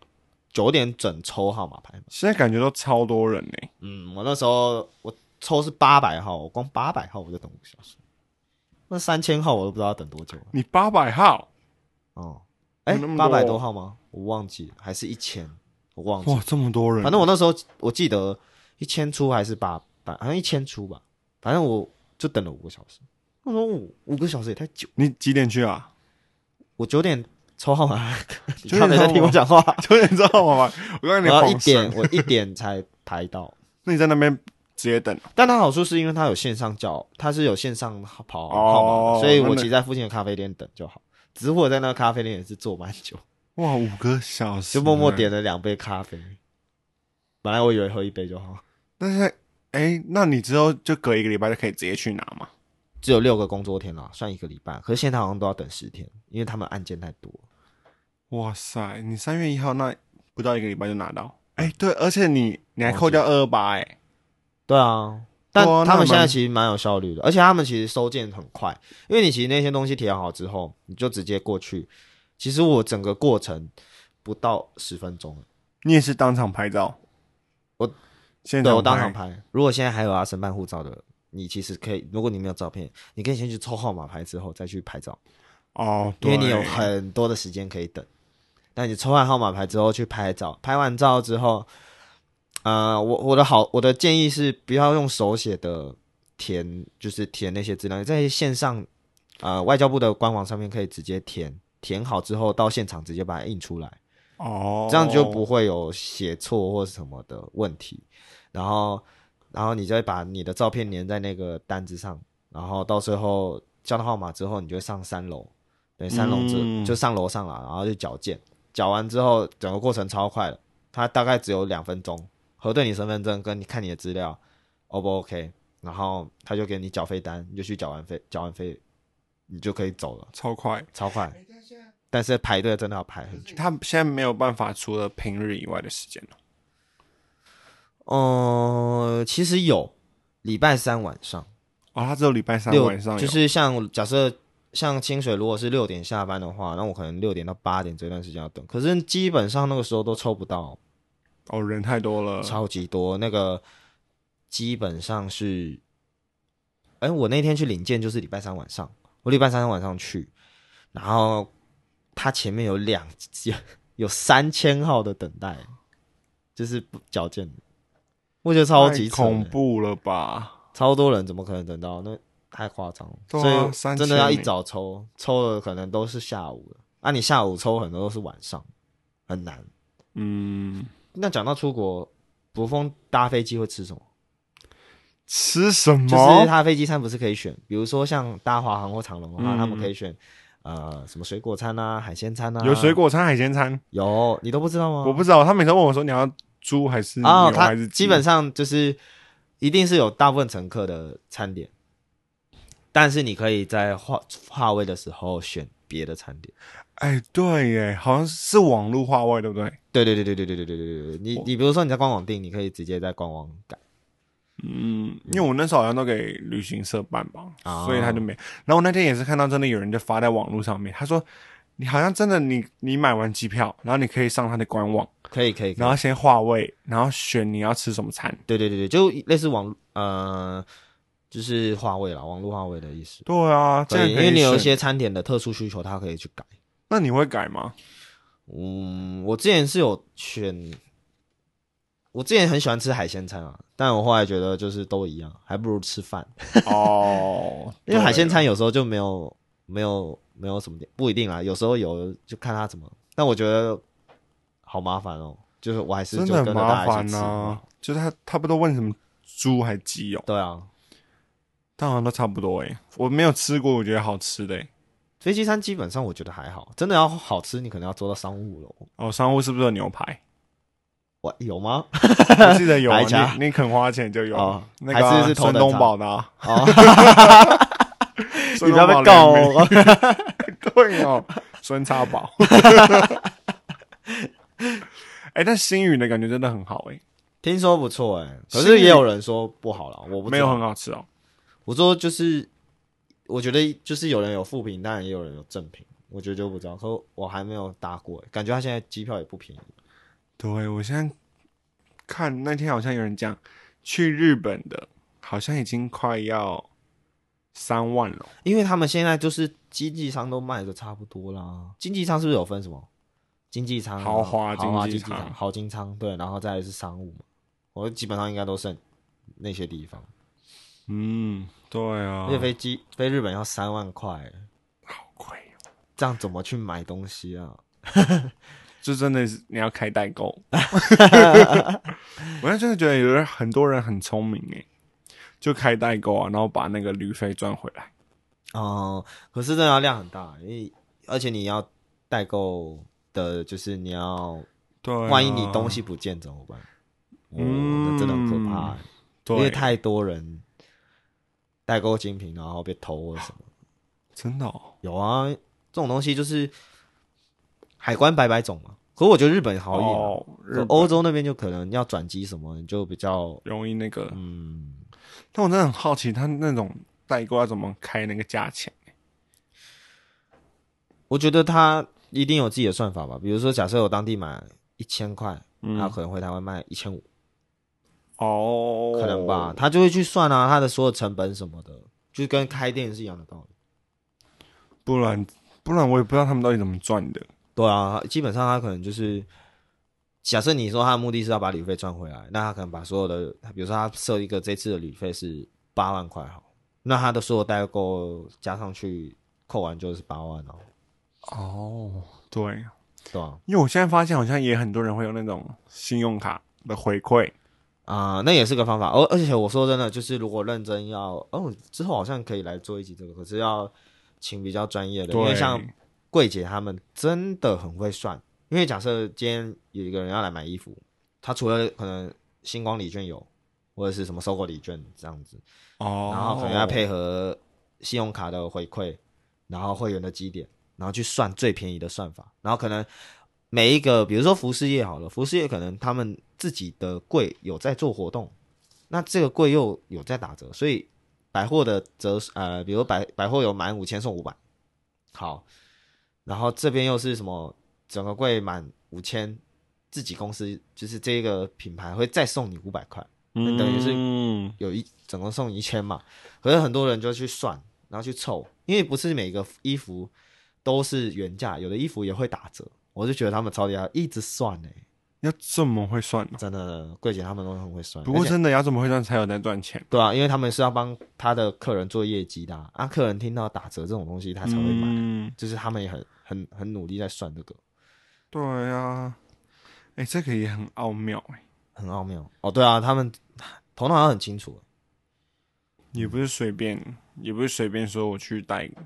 [SPEAKER 1] 九点整抽号码牌嘛。
[SPEAKER 2] 现在感觉都超多人呢、
[SPEAKER 1] 嗯，我那时候我抽是八百号，我光八百号我就等五个小时，那三千号我都不知道要等多久了。
[SPEAKER 2] 你八百号，
[SPEAKER 1] 哦，哎、
[SPEAKER 2] 有那么多
[SPEAKER 1] 八百多号吗？我忘记了，还是一千？我忘记了。
[SPEAKER 2] 哇，这么多人，
[SPEAKER 1] 反正我那时候我记得一千出还是八百，好像一千出吧。反正我就等了五个小时。我说五五个小时也太久，
[SPEAKER 2] 你几点去啊？
[SPEAKER 1] 我九点抽号码，你
[SPEAKER 2] 九点
[SPEAKER 1] 刚才在听我讲话。
[SPEAKER 2] 九点知道吗？我刚
[SPEAKER 1] 我
[SPEAKER 2] 才你
[SPEAKER 1] 要一
[SPEAKER 2] 晃神
[SPEAKER 1] 点，，我一点才排到。
[SPEAKER 2] 那你在那边直接等。
[SPEAKER 1] 但它好处是因为它有线上叫，它是有线上跑号码的，
[SPEAKER 2] 哦
[SPEAKER 1] 所以
[SPEAKER 2] 那
[SPEAKER 1] 我
[SPEAKER 2] 那
[SPEAKER 1] 其实在附近的咖啡店等就好。只是我在那个咖啡店也是坐蛮久，
[SPEAKER 2] 哇，五个小时
[SPEAKER 1] 就默默点。了两杯咖啡。本来我以为喝一杯就好，
[SPEAKER 2] 但是，哎、那你之后就隔一个礼拜就可以直接去拿嘛？
[SPEAKER 1] 只有六个工作天啦，啊算一个礼拜。可是现在好像都要等十天，因为他们案件太多。
[SPEAKER 2] 哇塞，你三月一号那不到一个礼拜就拿到。哎、对，而且你你还扣掉二二八，哎，
[SPEAKER 1] 对啊，但
[SPEAKER 2] 哇那
[SPEAKER 1] 他们现在
[SPEAKER 2] 蛮
[SPEAKER 1] 其实蛮有效率的，而且他们其实收件很快，因为你其实那些东西填好之后，你就直接过去。其实我整个过程不到十分钟，
[SPEAKER 2] 你也是当场拍照。
[SPEAKER 1] 我
[SPEAKER 2] 现
[SPEAKER 1] 对
[SPEAKER 2] 场
[SPEAKER 1] 我当场
[SPEAKER 2] 拍。
[SPEAKER 1] 拍。如果现在还有要申办护照的，你其实可以，如果你没有照片，你可以先去抽号码牌之后再去拍照，
[SPEAKER 2] 哦，
[SPEAKER 1] 因为你
[SPEAKER 2] 对
[SPEAKER 1] 有很多的时间可以等。但你抽完号码牌之后去拍照，拍完照之后，呃，我我的好我的建议是不要用手写的填，就是填那些资料，你在线上呃外交部的官网上面可以直接填，填好之后到现场直接把它印出来。
[SPEAKER 2] 哦，
[SPEAKER 1] 这样就不会有写错或是什么的问题。然后然后你再把你的照片粘在那个单子上，然后到最后叫到号码之后，你就上三楼，对，三楼之、
[SPEAKER 2] 嗯
[SPEAKER 1] 就上楼上了，然后就缴件，缴完之后整个过程超快的，它大概只有两分钟，核对你身份证跟你看你的资料，O 不 OK，然后他就给你缴费单，你就去缴完费，缴完费你就可以走了，
[SPEAKER 2] 超快。
[SPEAKER 1] 超快。但是排队真的要排很久。
[SPEAKER 2] 他现在没有办法除了平日以外的时间哦了。
[SPEAKER 1] 嗯，其实有礼拜三晚上
[SPEAKER 2] 哦，他只有礼拜三
[SPEAKER 1] 六，
[SPEAKER 2] 晚上有
[SPEAKER 1] 就是像假设像清水如果是六点下班的话，那我可能六点到八点这段时间要等，可是基本上那个时候都抽不到，
[SPEAKER 2] 哦，人太多了，
[SPEAKER 1] 超级多。那个基本上是，哎、我那天去领件就是礼拜三晚上，我礼拜三晚上去，然后他前面有两有有三千号的等待，就是不矫健的，我觉得超级
[SPEAKER 2] 太
[SPEAKER 1] 扯的
[SPEAKER 2] 恐怖了吧？
[SPEAKER 1] 超多人，怎么可能等到？那太夸张了，
[SPEAKER 2] 对啊
[SPEAKER 1] 所以
[SPEAKER 2] 3000
[SPEAKER 1] 真的要一早抽，抽的可能都是下午了。啊，你下午抽很多都是晚上，很难。
[SPEAKER 2] 嗯，
[SPEAKER 1] 那讲到出国，博峰搭飞机会吃什么？
[SPEAKER 2] 吃什么？
[SPEAKER 1] 就是他飞机餐不是可以选，比如说像搭华航或长龙的话，
[SPEAKER 2] 嗯
[SPEAKER 1] 他们可以选呃什么水果餐啊、海鲜餐啊。
[SPEAKER 2] 有水果餐、海鲜餐，
[SPEAKER 1] 有，你都不知道吗？
[SPEAKER 2] 我不知道。他每次问我说你要猪还是牛
[SPEAKER 1] 啊，
[SPEAKER 2] 还
[SPEAKER 1] 他
[SPEAKER 2] 是鸡
[SPEAKER 1] 基本上就是一定是有大部分乘客的餐点，但是你可以在划划位的时候选别的餐点。
[SPEAKER 2] 哎，对耶，好像是网络化位，对不对？
[SPEAKER 1] 对对对对对对对对对对，你你比如说你在官网订，你可以直接在官网改。
[SPEAKER 2] 嗯，因为我那时候好像都给旅行社办吧，
[SPEAKER 1] 啊
[SPEAKER 2] 所以他就没。然后我那天也是看到真的有人就发在网络上面，他说你好像真的你你买完机票，然后你可以上他的官网，
[SPEAKER 1] 可以可以可
[SPEAKER 2] 然
[SPEAKER 1] 以，
[SPEAKER 2] 后先划位，然后选你要吃什么餐。
[SPEAKER 1] 对对对对，就类似网呃，就是划位啦，网络划位的意思。
[SPEAKER 2] 对啊，这
[SPEAKER 1] 可
[SPEAKER 2] 样
[SPEAKER 1] 以，因
[SPEAKER 2] 可以
[SPEAKER 1] 为你有一
[SPEAKER 2] 选
[SPEAKER 1] 些餐点的特殊需求，它可以去改。
[SPEAKER 2] 那你会 改吗？
[SPEAKER 1] 嗯，我之前是有选，我之前很喜欢吃海鲜餐啊，但我后来觉得就是都一样，还不如吃饭。
[SPEAKER 2] 哦，
[SPEAKER 1] 因为海鲜餐有时候就没有没有没有什么点，不一定啦，有时候有就看他怎么。但我觉得好麻烦哦，就是我还是
[SPEAKER 2] 真
[SPEAKER 1] 就
[SPEAKER 2] 的
[SPEAKER 1] 跟
[SPEAKER 2] 很
[SPEAKER 1] 着
[SPEAKER 2] 麻
[SPEAKER 1] 大家一起
[SPEAKER 2] 烦啊
[SPEAKER 1] 吃。
[SPEAKER 2] 呐、就是他他不都问什么猪还鸡哦，
[SPEAKER 1] 对啊，
[SPEAKER 2] 但好像都差不多诶。我没有吃过，我觉得好吃的诶。欸
[SPEAKER 1] 飞机餐基本上我觉得还好，真的要好吃，你可能要做到商务楼。
[SPEAKER 2] 哦，商务是不是有 牛排？
[SPEAKER 1] 哇，有 吗？
[SPEAKER 2] 我记得有、啊，
[SPEAKER 1] 白夹
[SPEAKER 2] 你你肯花钱就有。
[SPEAKER 1] 哦
[SPEAKER 2] 那个、啊、
[SPEAKER 1] 还是是头
[SPEAKER 2] 孙
[SPEAKER 1] 等舱
[SPEAKER 2] 东宝的、啊，
[SPEAKER 1] 哦，
[SPEAKER 2] 孙
[SPEAKER 1] 你不要
[SPEAKER 2] 东宝
[SPEAKER 1] 被告
[SPEAKER 2] 联名。
[SPEAKER 1] 哦。
[SPEAKER 2] 对哦，孙叉宝。 哎、但星宇的感觉真的很好哎、
[SPEAKER 1] 听说不错哎、可
[SPEAKER 2] 新
[SPEAKER 1] 是
[SPEAKER 2] 宇
[SPEAKER 1] 也有人说不好了，我不知道
[SPEAKER 2] 没有很。好吃哦。
[SPEAKER 1] 我说就是，我觉得就是有人有负评，当然也有人有正评，我觉得就不知道。可我还没有搭过、欸，感觉他现在机票也不便宜。
[SPEAKER 2] 对，我现在看那天好像有人讲，去日本的好像已经快要三万了。
[SPEAKER 1] 因为他们现在就是经济舱都卖的差不多啦。经济舱是不是有分什么经济舱、
[SPEAKER 2] 豪华
[SPEAKER 1] 豪华经
[SPEAKER 2] 经济
[SPEAKER 1] 济
[SPEAKER 2] 舱
[SPEAKER 1] 舱、豪金舱？对，然后再来是商务嘛。我基本上应该都剩那些地方。
[SPEAKER 2] 嗯，对啊
[SPEAKER 1] 而且，飞机飞日本要三万块，欸
[SPEAKER 2] 好贵哦，
[SPEAKER 1] 这样怎么去买东西啊？
[SPEAKER 2] 这真的是你要开代 购。我现在真的觉得有人很多人很聪明哎，就开代购啊，然后把那个旅费赚回来。
[SPEAKER 1] 哦、可是真的要量很大，因为而且你要代购的，就是你要
[SPEAKER 2] 对、啊
[SPEAKER 1] 万一你东，西不见怎么办？哦，
[SPEAKER 2] 嗯
[SPEAKER 1] 那真的很可怕欸、
[SPEAKER 2] 对，
[SPEAKER 1] 因为太多人代购精品，然后被偷或什么。
[SPEAKER 2] 真的、哦，
[SPEAKER 1] 有啊，这种东西就是海关百百种嘛。可我觉得日本好一点啊、
[SPEAKER 2] 哦，日
[SPEAKER 1] 可
[SPEAKER 2] 本
[SPEAKER 1] 欧洲那边就可能要转机什么，你就比较
[SPEAKER 2] 容易那个。
[SPEAKER 1] 嗯，
[SPEAKER 2] 但我真的很好奇，他那种代购要啊怎么开那个价钱？
[SPEAKER 1] 我觉得他一定有自己的算法吧。比如说，假设我当地买一千块，
[SPEAKER 2] 嗯
[SPEAKER 1] 他可能回台湾卖一千五，
[SPEAKER 2] 哦，
[SPEAKER 1] 可能吧，他就会去算啊，他的所有成本什么的，就跟开店是一样的道理。
[SPEAKER 2] 不然不然我也不知道他们到底怎么赚的。
[SPEAKER 1] 对啊，基本上他可能就是，假设你说他的目的是要把旅费赚回来，那他可能把所有的，比如说他设一个这次的旅费是八万块好，那他的所有代购加上去扣完就是八万哦，
[SPEAKER 2] 哦，对，
[SPEAKER 1] 对啊，
[SPEAKER 2] 因为我现在发现好像也很多人会有那种信用卡的回馈，
[SPEAKER 1] 啊、那也是个方法。而、而且我说真的，就是如果认真要哦，之后好像可以来做一集这个，可是要请比较专业的，因为
[SPEAKER 2] 对，
[SPEAKER 1] 像柜姐他们真的很会算。因为假设今天有一个人要来买衣服，他除了可能星光礼券有，或者是什么搜狗礼券这样子，
[SPEAKER 2] 哦，
[SPEAKER 1] 然后可能要配合信用卡的回馈，然后会员的积点，然后去算最便宜的算法，然后可能每一个，比如说服饰业好了，服饰业可能他们自己的柜有在做活动，那这个柜又有在打折，所以百货的折呃，比如百百货有满五千送五百，好，然后这边又是什么整个柜满五千，自己公司就是这个品牌会再送你五百块。那等于是
[SPEAKER 2] 嗯
[SPEAKER 1] 有一总共送一千嘛，可是很多人就去算，然后去凑，因为不是每个衣服都是原价，有的衣服也会打折。我就觉得他们超厉害，一直算呢、
[SPEAKER 2] 要这么会算呢？
[SPEAKER 1] 真的，柜姐他们都很会算。
[SPEAKER 2] 不过
[SPEAKER 1] 而且
[SPEAKER 2] 真的要这么会算才有在赚钱，
[SPEAKER 1] 对啊，因为他们是要帮他的客人做业绩的啊，啊客人听到打折这种东西，他才会买。
[SPEAKER 2] 嗯，
[SPEAKER 1] 就是他们也很很很努力在算这个，
[SPEAKER 2] 对啊，哎，这个也很奥妙哎，
[SPEAKER 1] 很奥妙哦。对啊，他们头脑好像很清楚，
[SPEAKER 2] 也不是随便，也不是随便说我去代购，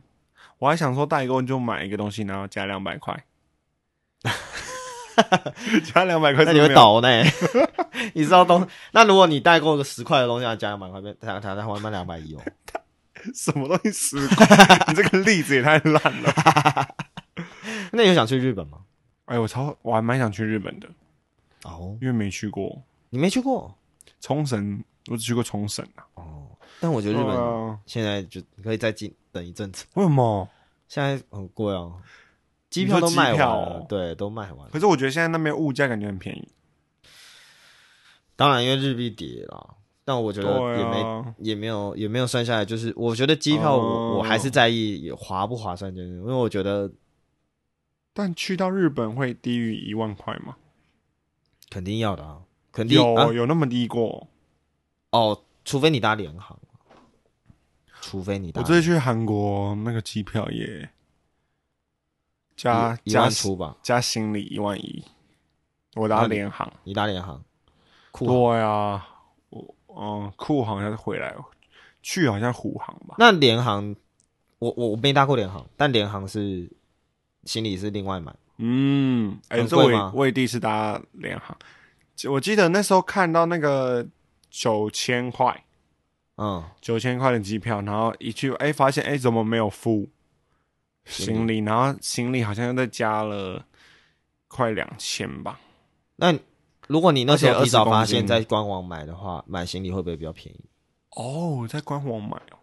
[SPEAKER 2] 我还想说代购就买一个东西，然后加两百块， 加两百块，
[SPEAKER 1] 那你会？倒呢？ 你知道东？那如果你代购个十块的东西，要加两百块，变他他他会卖两百一哦。
[SPEAKER 2] 什么东西十块？你这个例子也太烂了。
[SPEAKER 1] 那你有想去日本吗？
[SPEAKER 2] 哎，我超，我还蛮想去日本的，
[SPEAKER 1] 哦，
[SPEAKER 2] 因为没去过
[SPEAKER 1] 你没去过
[SPEAKER 2] 冲绳，我只去过冲绳啊。
[SPEAKER 1] 哦，但我觉得日
[SPEAKER 2] 对
[SPEAKER 1] 本
[SPEAKER 2] 啊
[SPEAKER 1] 现在就可以再进等一阵子，
[SPEAKER 2] 为什么？
[SPEAKER 1] 现在很贵哦，机
[SPEAKER 2] 你说
[SPEAKER 1] 票都卖
[SPEAKER 2] 机
[SPEAKER 1] 完
[SPEAKER 2] 票
[SPEAKER 1] 了
[SPEAKER 2] 哦，
[SPEAKER 1] 对，都卖完
[SPEAKER 2] 可
[SPEAKER 1] 了。
[SPEAKER 2] 是我觉得现在那边物价感觉很便宜。
[SPEAKER 1] 当然因为日币跌了，但我觉得
[SPEAKER 2] 对
[SPEAKER 1] 也没
[SPEAKER 2] 啊，
[SPEAKER 1] 也没有也没有算下来，就是我觉得机票
[SPEAKER 2] 哦
[SPEAKER 1] 我我还是在意划不划算这件事，因为我觉得
[SPEAKER 2] 但去到日本会低于一万块吗？
[SPEAKER 1] 肯定要的啊，肯定
[SPEAKER 2] 有、
[SPEAKER 1] 啊
[SPEAKER 2] 有那么低过？
[SPEAKER 1] 哦，除非你搭联航，啊除非你搭
[SPEAKER 2] 我这次去韩国那个机票也加
[SPEAKER 1] 一一
[SPEAKER 2] 加
[SPEAKER 1] 万出吧，
[SPEAKER 2] 加行李一万一，我搭联航。
[SPEAKER 1] 你搭联航，酷啊。
[SPEAKER 2] 对啊，我嗯，酷航要是回来，去好像虎航吧？
[SPEAKER 1] 那联航，我我我没搭过联航，但联航是行李是另外买，
[SPEAKER 2] 嗯，哎、
[SPEAKER 1] 很
[SPEAKER 2] 这
[SPEAKER 1] 贵
[SPEAKER 2] 我也
[SPEAKER 1] 吗
[SPEAKER 2] 我也第一次搭联航，我记得那时候看到那个九千块。
[SPEAKER 1] 嗯，
[SPEAKER 2] 九千块的机票，然后一去哎、发现哎、怎么没有付
[SPEAKER 1] 行
[SPEAKER 2] 行李，然后行李好像又再加了快两千吧。
[SPEAKER 1] 那如果你那时
[SPEAKER 2] 而且
[SPEAKER 1] 候提早
[SPEAKER 2] 20公斤
[SPEAKER 1] 发现，在官网买的话，买行李会不会比较便宜？
[SPEAKER 2] 哦，在官网买哦，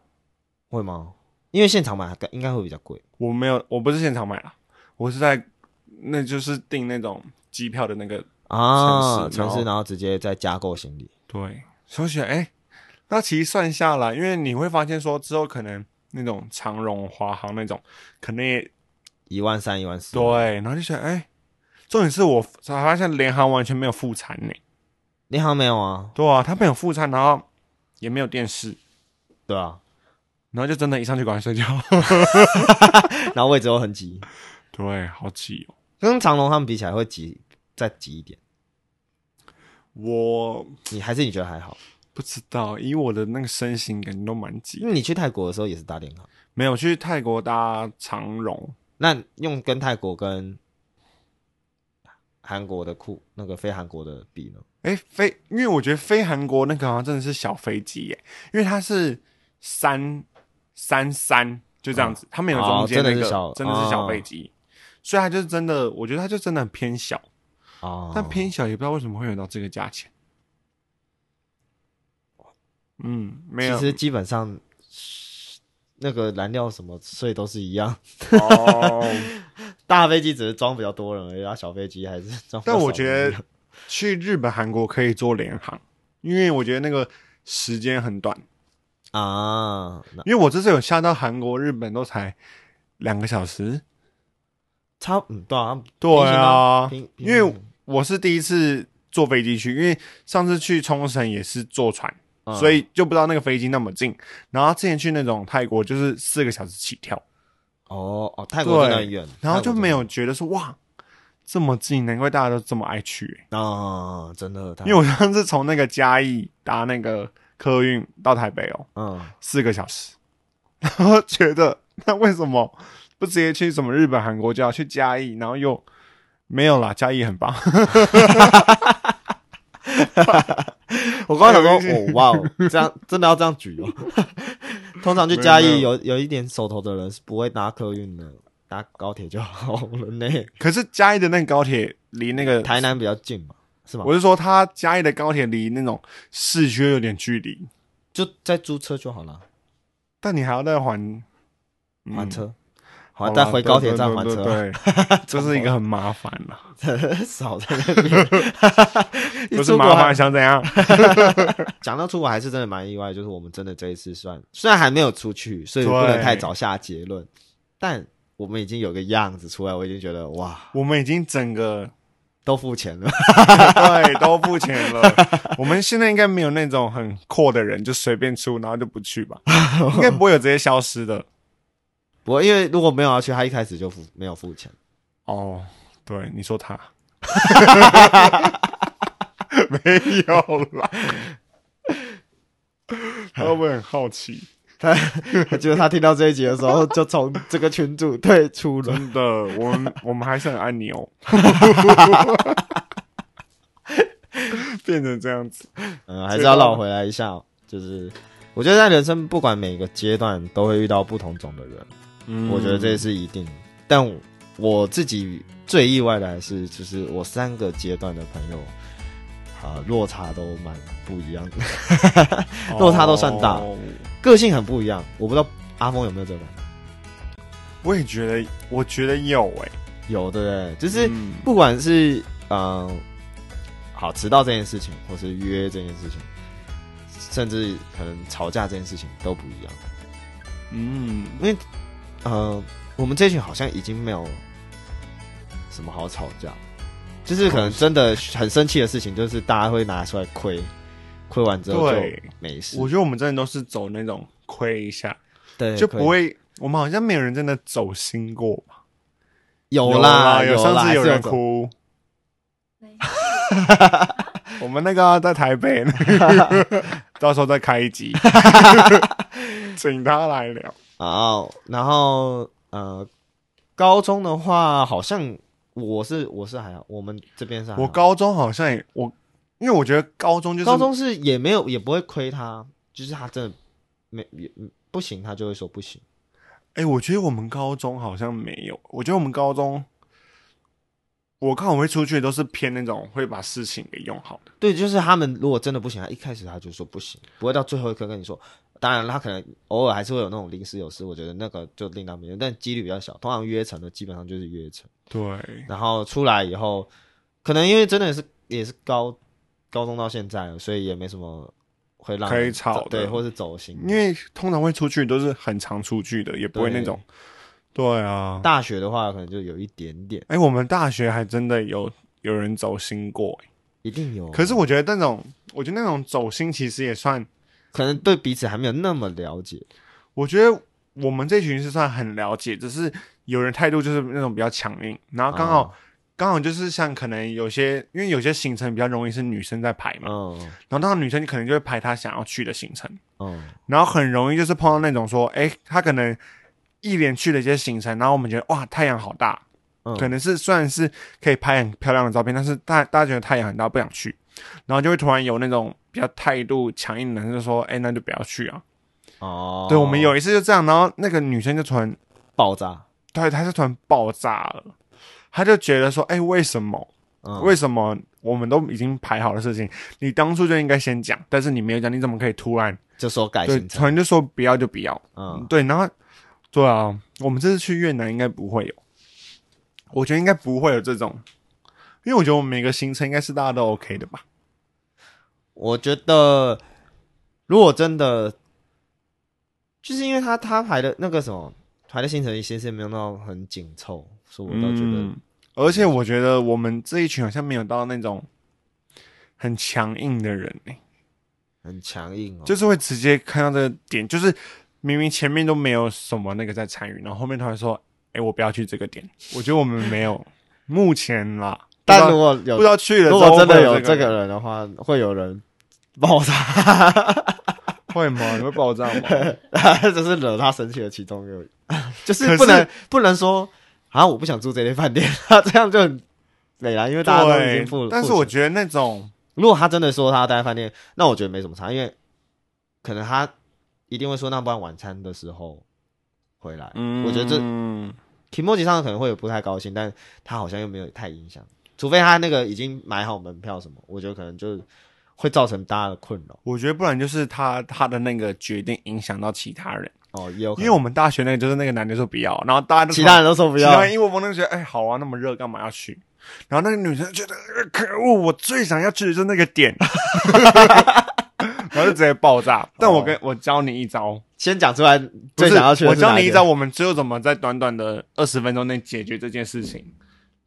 [SPEAKER 1] 会吗？因为现场买应该会比较贵
[SPEAKER 2] 我没有，我不是现场买啦，我是在那就是订那种机票的那个
[SPEAKER 1] 啊，
[SPEAKER 2] 城市然
[SPEAKER 1] 城
[SPEAKER 2] 后
[SPEAKER 1] 市然后直接再加购行李，
[SPEAKER 2] 对，所以想哎、那其实算下来，因为你会发现说之后可能那种长荣、华航那种，可能也
[SPEAKER 1] 一万三、一万四，
[SPEAKER 2] 对，然后就想哎、重点是我才发现联航完全没有副餐呢、
[SPEAKER 1] 联航没有啊？
[SPEAKER 2] 对啊，他没有副餐，然后也没有电视，
[SPEAKER 1] 对啊，
[SPEAKER 2] 然后就真的一上去赶快 睡觉。
[SPEAKER 1] 然后位置又很挤，
[SPEAKER 2] 对，好挤哦。
[SPEAKER 1] 跟长隆他们比起来会挤再挤一点，
[SPEAKER 2] 我
[SPEAKER 1] 你还是你觉得还好？
[SPEAKER 2] 不知道，以我的那个身形，感觉都蛮挤
[SPEAKER 1] 因。为你去泰国的时候也是搭联航，
[SPEAKER 2] 没有去泰国搭长荣，
[SPEAKER 1] 那用跟泰国跟韩国的库那个非韩国的比呢？
[SPEAKER 2] 哎，飞，因为我觉得飞韩国那个好像真的是小飞机耶，因为它是三三三就这样子，它没有中间
[SPEAKER 1] 哦真的
[SPEAKER 2] 那
[SPEAKER 1] 是
[SPEAKER 2] 个，
[SPEAKER 1] 小
[SPEAKER 2] 真的是小飞机，所以它就是真的，我觉得它就真的很偏小，
[SPEAKER 1] 哦，
[SPEAKER 2] 但偏小也不知道为什么会有到这个价钱。嗯，没有，
[SPEAKER 1] 其实基本上那个燃料什么税都是一样，
[SPEAKER 2] 哦，
[SPEAKER 1] 大飞机只是装比较多人而已，啊，小飞机还是装比较少人而已。
[SPEAKER 2] 但我觉得去日本、韩国可以做联航，因为我觉得那个时间很短。
[SPEAKER 1] 啊，那
[SPEAKER 2] 因为我这次有下到韩国、日本都才两个小时。
[SPEAKER 1] 差不嗯对啊，
[SPEAKER 2] 对啊
[SPEAKER 1] 平行吧，
[SPEAKER 2] 因为我是第一次坐飞机去，因为上次去冲绳也是坐船，
[SPEAKER 1] 嗯
[SPEAKER 2] 所以就不知道那个飞机那么近。然后之前去那种泰国就是四个小时起跳，
[SPEAKER 1] 哦哦，泰国真的很远，
[SPEAKER 2] 然后
[SPEAKER 1] 泰国
[SPEAKER 2] 就
[SPEAKER 1] 真的
[SPEAKER 2] 没有觉得说哇，这么近，难怪大家都这么爱去、欸
[SPEAKER 1] 啊、真的，他
[SPEAKER 2] 因为我上次从那个嘉义搭那个客运到台北哦，
[SPEAKER 1] 嗯，
[SPEAKER 2] 四个小时， 然后觉得那为什么不直接去什么日本、韩国就要去嘉义，然后又没有啦，嘉义很棒，
[SPEAKER 1] 我刚刚想说，哦哇哦，这样真的要这样举哦。 通常去嘉义有有一点手头的人是不会搭客运的，搭高铁就好了 呢。
[SPEAKER 2] 可是嘉义的那个高铁离那个
[SPEAKER 1] 台，南比较近嘛，是吗？
[SPEAKER 2] 我是说它嘉义的高铁离那种市区有点距离，
[SPEAKER 1] 就再租车就好了，
[SPEAKER 2] 但你还要再还
[SPEAKER 1] 还，车，
[SPEAKER 2] 嗯
[SPEAKER 1] 好再回高铁站还
[SPEAKER 2] 对
[SPEAKER 1] 车，
[SPEAKER 2] 对，对 对这是一个很麻烦啦，
[SPEAKER 1] 少在那 边。一
[SPEAKER 2] 不是
[SPEAKER 1] 出国
[SPEAKER 2] 麻
[SPEAKER 1] 还
[SPEAKER 2] 烦想怎样？
[SPEAKER 1] 讲到出国还是真的蛮意外，就是我们真的这一次算虽然还没有出去，所以不能
[SPEAKER 2] 对
[SPEAKER 1] 太早下结论，但我们已经有个样子出来，我已经觉得哇，
[SPEAKER 2] 我们已经 整个
[SPEAKER 1] 都付钱了，
[SPEAKER 2] 对，都付钱了。我们现在应该没有那种很阔的人，就随便出，然后就不 去吧，应该不会有直接消失的。
[SPEAKER 1] 我因为如果没有要去，他一开始就付没有付钱，
[SPEAKER 2] 哦，对，你说他没有啦，他会不会很好奇？
[SPEAKER 1] 就是他听到这一集的时候，就从这个群组退出 了。
[SPEAKER 2] 真的，我们我们还是很爱你哦。 变成这样子，
[SPEAKER 1] 嗯，还是要绕回来一下哦，就是我觉得在人生不管每个阶段都会遇到不同种的人，
[SPEAKER 2] 嗯
[SPEAKER 1] 我觉得这是一定。但我我自己最意外的还是，就是我三个阶段的朋友。啊、落差都蛮不一样的，落差都算大
[SPEAKER 2] 哦
[SPEAKER 1] 个性很不一样。我不知道阿峰有没有这种，
[SPEAKER 2] 我也觉得，我觉得有哎、
[SPEAKER 1] 有对不对？就是
[SPEAKER 2] 嗯
[SPEAKER 1] 不管是嗯、呃好迟到这件事情，或是约这件事情，甚至可能吵架这件事情都不一样。
[SPEAKER 2] 嗯，
[SPEAKER 1] 呃，我们这群好像已经没有什么好吵架，就是可能真的很生气的事情，就是大家会拿出来亏，亏完之后就
[SPEAKER 2] 对
[SPEAKER 1] 没事，
[SPEAKER 2] 我觉得我们真的都是走那种亏一下，
[SPEAKER 1] 对
[SPEAKER 2] 就不
[SPEAKER 1] 亏
[SPEAKER 2] 会，我们好像没有人真的走心过吧。
[SPEAKER 1] 有
[SPEAKER 2] 啦，
[SPEAKER 1] 有啦
[SPEAKER 2] 上次有
[SPEAKER 1] 是
[SPEAKER 2] 人
[SPEAKER 1] 走
[SPEAKER 2] 哭，
[SPEAKER 3] 没
[SPEAKER 2] 我们那个啊在台北， 到时候再开一集，请他来聊。
[SPEAKER 1] 然后，然后呃，高中的话，好像我是我是还好，我们这边是还好
[SPEAKER 2] 我高中好像也我，因为我觉得高中就是
[SPEAKER 1] 啊高中是也没有也不会亏他，就是他真的没也不行，他就会说不行。
[SPEAKER 2] 哎、我觉得我们高中好像没有。我觉得我们高中，我看我会出去都是偏那种会把事情给用好的。
[SPEAKER 1] 对，就是他们如果真的不行，他一开始他就说不行，不会到最后一刻跟你说。当然，他可能偶尔还是会有那种临时有事，我觉得那个就另当别论，但几率比较小。通常约成的基本上就是约成，
[SPEAKER 2] 对，
[SPEAKER 1] 然后出来以后，可能因为真的是也是高高中到现在了，所以也没什么会让
[SPEAKER 2] 可以
[SPEAKER 1] 人
[SPEAKER 2] 吵
[SPEAKER 1] 走对，
[SPEAKER 2] 的
[SPEAKER 1] 或是走心。
[SPEAKER 2] 因为通常会出去都是很常出去的，也不会
[SPEAKER 1] 对
[SPEAKER 2] 那种。对啊，
[SPEAKER 1] 大学的话，可能就有一点点，
[SPEAKER 2] 哎、我们大学还真的有有人走心过、欸
[SPEAKER 1] 一定有。啊
[SPEAKER 2] 可是我觉得那种，我觉得那种走心其实也算，
[SPEAKER 1] 可能对彼此还没有那么了解，
[SPEAKER 2] 我觉得我们这群是算很了解，只是有人态度就是那种比较强硬，然后刚好、刚好就是像可能有些，因为有些行程比较容易是女生在排嘛，
[SPEAKER 1] 嗯
[SPEAKER 2] 然后那女生可能就会排她想要去的行程，
[SPEAKER 1] 嗯
[SPEAKER 2] 然后很容易就是碰到那种说，哎、她可能一连去了一些行程，然后我们觉得哇太阳好大，
[SPEAKER 1] 嗯，
[SPEAKER 2] 可能是虽然是可以拍很漂亮的照片，但是大大家觉得太阳很大，不想去，然后就会突然有那种比较态度强硬的人就说：“哎、那就不要去啊。
[SPEAKER 1] 哦，
[SPEAKER 2] 对，我们有一次就这样，然后那个女生就突然，
[SPEAKER 1] 爆炸，
[SPEAKER 2] 对，她就突然爆炸了，她就觉得说：“哎、为什么？
[SPEAKER 1] 嗯
[SPEAKER 2] 为什么我们都已经排好的事情，你当初就应该先讲，但是你没有讲，你怎么可以突然
[SPEAKER 1] 就说改
[SPEAKER 2] 对，
[SPEAKER 1] 行
[SPEAKER 2] 突
[SPEAKER 1] 程，
[SPEAKER 2] 然就说不要就不要？
[SPEAKER 1] 嗯，
[SPEAKER 2] 对，然后对啊，我们这次去越南应该不会有，我觉得应该不会有这种，因为我觉得我们每个行程应该是大家都 OK 的吧。
[SPEAKER 1] 我觉得如果真的，就是因为他他排的那个什么排的行程其实没有到很紧凑，所以我倒觉得
[SPEAKER 2] 嗯，而且我觉得我们这一群好像没有到那种很强硬的人、欸，
[SPEAKER 1] 很强硬哦，
[SPEAKER 2] 就是会直接看到这个点，就是明明前面都没有什么那个在参与，然后后面突然说：“哎、我不要去这个点。”我觉得我们没有，目前啦，
[SPEAKER 1] 但如果
[SPEAKER 2] 不
[SPEAKER 1] 有
[SPEAKER 2] 知道去了之
[SPEAKER 1] 如
[SPEAKER 2] 后
[SPEAKER 1] 果
[SPEAKER 2] 会
[SPEAKER 1] 真
[SPEAKER 2] 不会
[SPEAKER 1] 的有这
[SPEAKER 2] 这
[SPEAKER 1] 个
[SPEAKER 2] 人
[SPEAKER 1] 人的话，会有人爆炸，
[SPEAKER 2] 会吗？你会爆炸吗？
[SPEAKER 1] 这是惹他生气的其中一个， 就是
[SPEAKER 2] 可
[SPEAKER 1] 不能
[SPEAKER 2] 是
[SPEAKER 1] 不能说啊，我不想住这间饭店， 这样就很美啦，因为大家都已经付
[SPEAKER 2] 对
[SPEAKER 1] 了。
[SPEAKER 2] 但是
[SPEAKER 1] 付
[SPEAKER 2] 我
[SPEAKER 1] 钱
[SPEAKER 2] 觉得那种
[SPEAKER 1] 如果他真的说他要待在饭店，那我觉得没什么差，因为可能他一定会说，那不然晚餐的时候回来。
[SPEAKER 2] 嗯，
[SPEAKER 1] 我觉得这提莫吉上可能会有不太高兴，但他好像又没有太影响，除非他那个已经买好门票什么，我觉得可能就会造成大家的困扰。
[SPEAKER 2] 我觉得不然就是他他的那个决定影响到其他人，
[SPEAKER 1] 哦，也有可
[SPEAKER 2] 因
[SPEAKER 1] 能，
[SPEAKER 2] 为我们大学那个就是那个男的说不要，然后大家都
[SPEAKER 1] 其他人都说不
[SPEAKER 2] 其他
[SPEAKER 1] 要
[SPEAKER 2] 人，一窝蜂都觉得哎好啊，那么热干嘛要去？然后那个女生觉得呃可恶，我最想要去的就是那个 点，然后就直接爆
[SPEAKER 1] 哦
[SPEAKER 2] 炸。但我跟我教你一招，
[SPEAKER 1] 先讲出来
[SPEAKER 2] 不
[SPEAKER 1] 最
[SPEAKER 2] 是
[SPEAKER 1] 想要去的
[SPEAKER 2] 我
[SPEAKER 1] 是哪
[SPEAKER 2] 教你一
[SPEAKER 1] 个
[SPEAKER 2] 招，，我们只有怎么在短短的二十分钟内解决这件事情，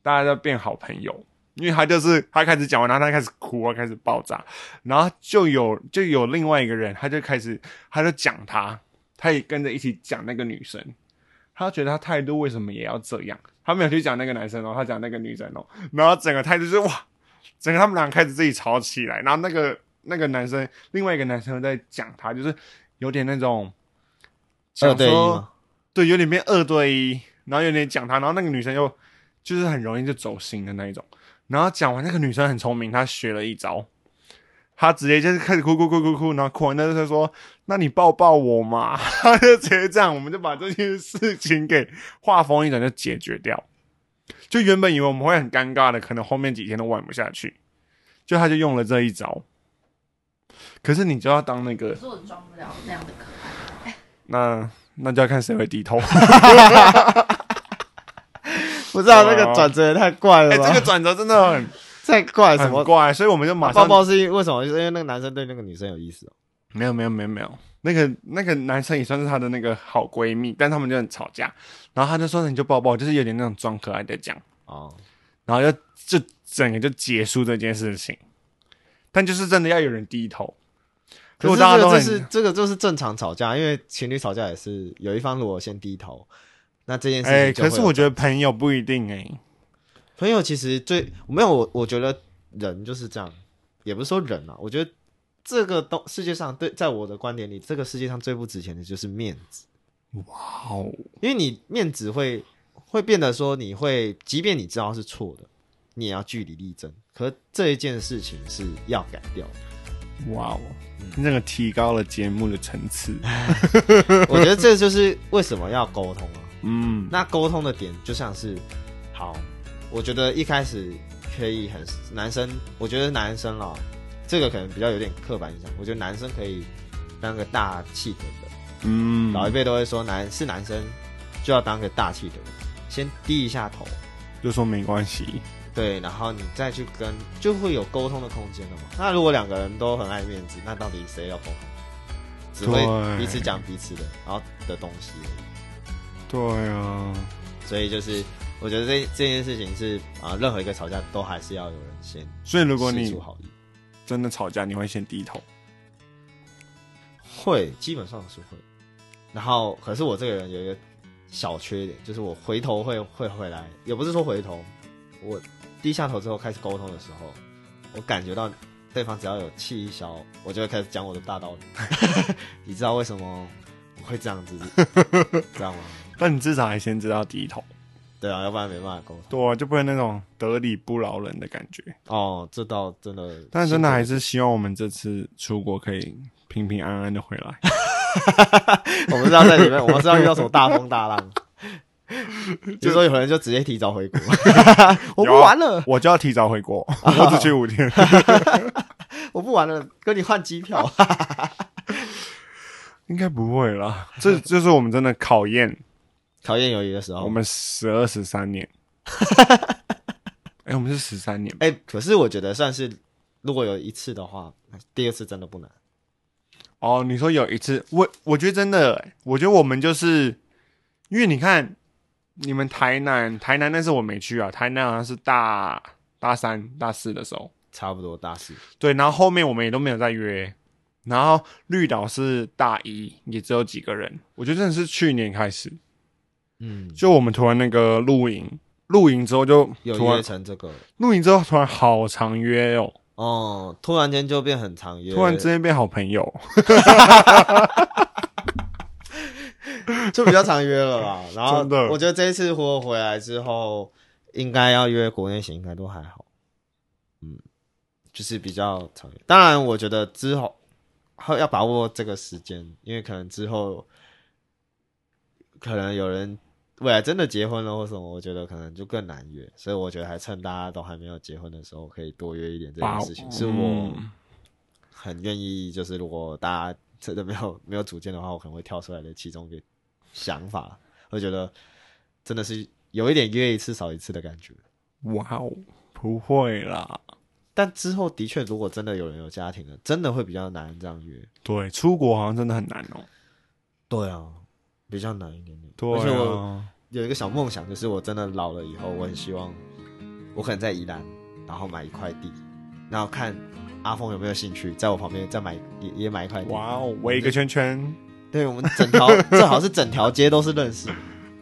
[SPEAKER 2] 大家都变好朋友。因为他就是他开始讲完，然后他开始哭啊，开始爆炸，然后就有就有另外一个人，他就开始他就讲他，他也跟着一起讲那个女生，他觉得他态度为什么也要这样？他没有去讲那个男生哦，他讲那个女生哦，然后整个态度就是哇，整个他们俩开始自己吵起来，然后那个那个男生，另外一个男生在讲他，就是有点那种
[SPEAKER 1] 二呃对一
[SPEAKER 2] 讲说
[SPEAKER 1] 吗？
[SPEAKER 2] 对，有点变二对一，然后有点讲他，然后那个女生又就是很容易就走心的那一种。然后讲完，那个女生很聪明，她学了一招，她直接就是开始哭哭哭哭哭，然后哭完那就说：“那你抱抱我嘛。” 她就直接这样，我们就把这件事情给话锋一转就解决掉。就原本以为我们会很尴尬的，可能后面几天都玩不下去，就她就用了这一招。可是你就要当那个
[SPEAKER 3] 可是我装不了那样的可爱。
[SPEAKER 2] 那那就要看谁会低头。
[SPEAKER 1] 不知道那
[SPEAKER 2] 对啊
[SPEAKER 1] 个转折也太怪
[SPEAKER 2] 哎、
[SPEAKER 1] 了吧？
[SPEAKER 2] 这个转折真的很
[SPEAKER 1] 太怪哎了什么
[SPEAKER 2] 很？怪，所以我们就马
[SPEAKER 1] 抱
[SPEAKER 2] 上
[SPEAKER 1] 抱是因为为什么？就是因为那个男生对那个女生有意思哦。
[SPEAKER 2] 没有没有没有没有，那个那个男生也算是她的那个好闺蜜，但他们就很吵架，然后她就说你就抱抱，就是有点那种装可爱的讲，
[SPEAKER 1] 哦，
[SPEAKER 2] 然后就就整个就结束这件事情，但就是真的要有人低头，
[SPEAKER 1] 可
[SPEAKER 2] 如
[SPEAKER 1] 是
[SPEAKER 2] 果大
[SPEAKER 1] 这
[SPEAKER 2] 家都
[SPEAKER 1] 个就
[SPEAKER 2] 很
[SPEAKER 1] 是这个就是正常吵架，因为情侣吵架也是有一方如果先低头，那这件事情
[SPEAKER 2] 哎、
[SPEAKER 1] 就会
[SPEAKER 2] 可
[SPEAKER 1] 有
[SPEAKER 2] 是我觉得朋友不一定哎、
[SPEAKER 1] 朋友其实最没有我，我觉得人就是这样，也不是说人啊，我觉得这个东世界上对，在我的观点里，这个世界上最不值钱的就是面子，
[SPEAKER 2] 哦，
[SPEAKER 1] 因为你面子会会变得说你会，即便你知道是错的，你也要据理力争。可这一件事情是要改掉的。
[SPEAKER 2] 哇哦，
[SPEAKER 1] 嗯
[SPEAKER 2] 那个提高了节目的层 次，
[SPEAKER 1] 我觉得这就是为什么要沟通啊。
[SPEAKER 2] 嗯，
[SPEAKER 1] 那沟通的点就像是，好，我觉得一开始可以很男生，我觉得男生啦，这个可能比较有点刻板印象，我觉得男生可以当个大气的人，
[SPEAKER 2] 嗯，
[SPEAKER 1] 老一辈都会说男是男生就要当个大气的人，先低一下头，
[SPEAKER 2] 就说没关系，
[SPEAKER 1] 对，然后你再去跟就会有沟通的空间了嘛。那如果两个人都很爱面子，那到底谁要沟通？只会
[SPEAKER 2] 对
[SPEAKER 1] 彼此讲彼此的，然后的东西而已。
[SPEAKER 2] 对啊，
[SPEAKER 1] 所以就是我觉得这这件事情是啊，任何一个吵架都还是要有人先
[SPEAKER 2] 所以如
[SPEAKER 1] 如
[SPEAKER 2] 果你
[SPEAKER 1] 出好意，
[SPEAKER 2] 真的吵架，你会先低头，
[SPEAKER 1] 会基本上是会。然后可是我这个人有一个小缺点，就是我回头会会回来，也不是说回头，我低下头之后开始沟通的时候，我感觉到对方只要有气一消，我就会开始讲我的大道理。你知道为什么我会这样子， 知道吗？
[SPEAKER 2] 但你至少还先知道低头。
[SPEAKER 1] 对啊，要不然没办法沟通。
[SPEAKER 2] 对啊，就不会那种得理不饶人的感觉。
[SPEAKER 1] 哦，这倒真的，
[SPEAKER 2] 但真的还
[SPEAKER 1] 是
[SPEAKER 2] 是希望我们这次出国可以平平安安的回来。
[SPEAKER 1] 我们知道在里面，我们知道遇到什么大风大 浪。就说有人就直接提早回国， 我不玩了，
[SPEAKER 2] 我就要提早回国，我只去五天。
[SPEAKER 1] 我不玩了，跟你换机票。
[SPEAKER 2] 啊应该不会啦，这就是我们真的考验
[SPEAKER 1] 考验友谊的时
[SPEAKER 2] 我
[SPEAKER 1] 候，
[SPEAKER 2] 们十二十三年。哎、我们是十三年，
[SPEAKER 1] 哎、可是我觉得算是，如果有一次的话，第二次真的不难。
[SPEAKER 2] 哦，你说有一次，我我觉得真的、欸，我觉得我们就是，因为你看，你们台南，台南那次我没去啊，台南好像是大大三、大四的时候，
[SPEAKER 1] 差不多大四，
[SPEAKER 2] 对，然后后面我们也都没有再约，然后绿岛是大一，也只有几个人，我觉得真的是去年开始，
[SPEAKER 1] 嗯，
[SPEAKER 2] 就我们突然那个露营，露营之后就
[SPEAKER 1] 有
[SPEAKER 2] 突
[SPEAKER 1] 约
[SPEAKER 2] 然
[SPEAKER 1] 成这个
[SPEAKER 2] 露营之后突然好常约哦，
[SPEAKER 1] 哦，突然间就变很长约，
[SPEAKER 2] 突然之间变好朋友，
[SPEAKER 1] 就比较常约了啦。然后
[SPEAKER 2] 真的
[SPEAKER 1] 我觉得这一次活回来之后，应该要约国内行，应该都还好。嗯，就是比较常约。当然，我觉得之后后要把握这个时间，因为可能之后可能有人未来真的结婚了或什么，我觉得可能就更难约。所以我觉得还趁大家都还没有结婚的时候，可以多约一点这件事情，是我
[SPEAKER 2] 哦嗯
[SPEAKER 1] 很愿意。就是如果大家真的没有没有主见的话，我可能会跳出来的其中一个想法，会觉得真的是有一点约一次少一次的感觉。
[SPEAKER 2] 哇哦，不会啦，
[SPEAKER 1] 但之后的确，如果真的有人有家庭了，真的会比较难这样约。
[SPEAKER 2] 对，出国好像真的很难哦，
[SPEAKER 1] 对啊，比较难一点点。
[SPEAKER 2] 对
[SPEAKER 1] 而且我
[SPEAKER 2] 啊，
[SPEAKER 1] 有一个小梦想，就是我真的老了以后，我很希望我可能在宜兰，然后买一块地，然后看阿峰有没有兴趣，在我旁边再买也也买一块地。
[SPEAKER 2] 哇哦，围一个圈圈，
[SPEAKER 1] 对我们整条 最好是整条街都是认识的，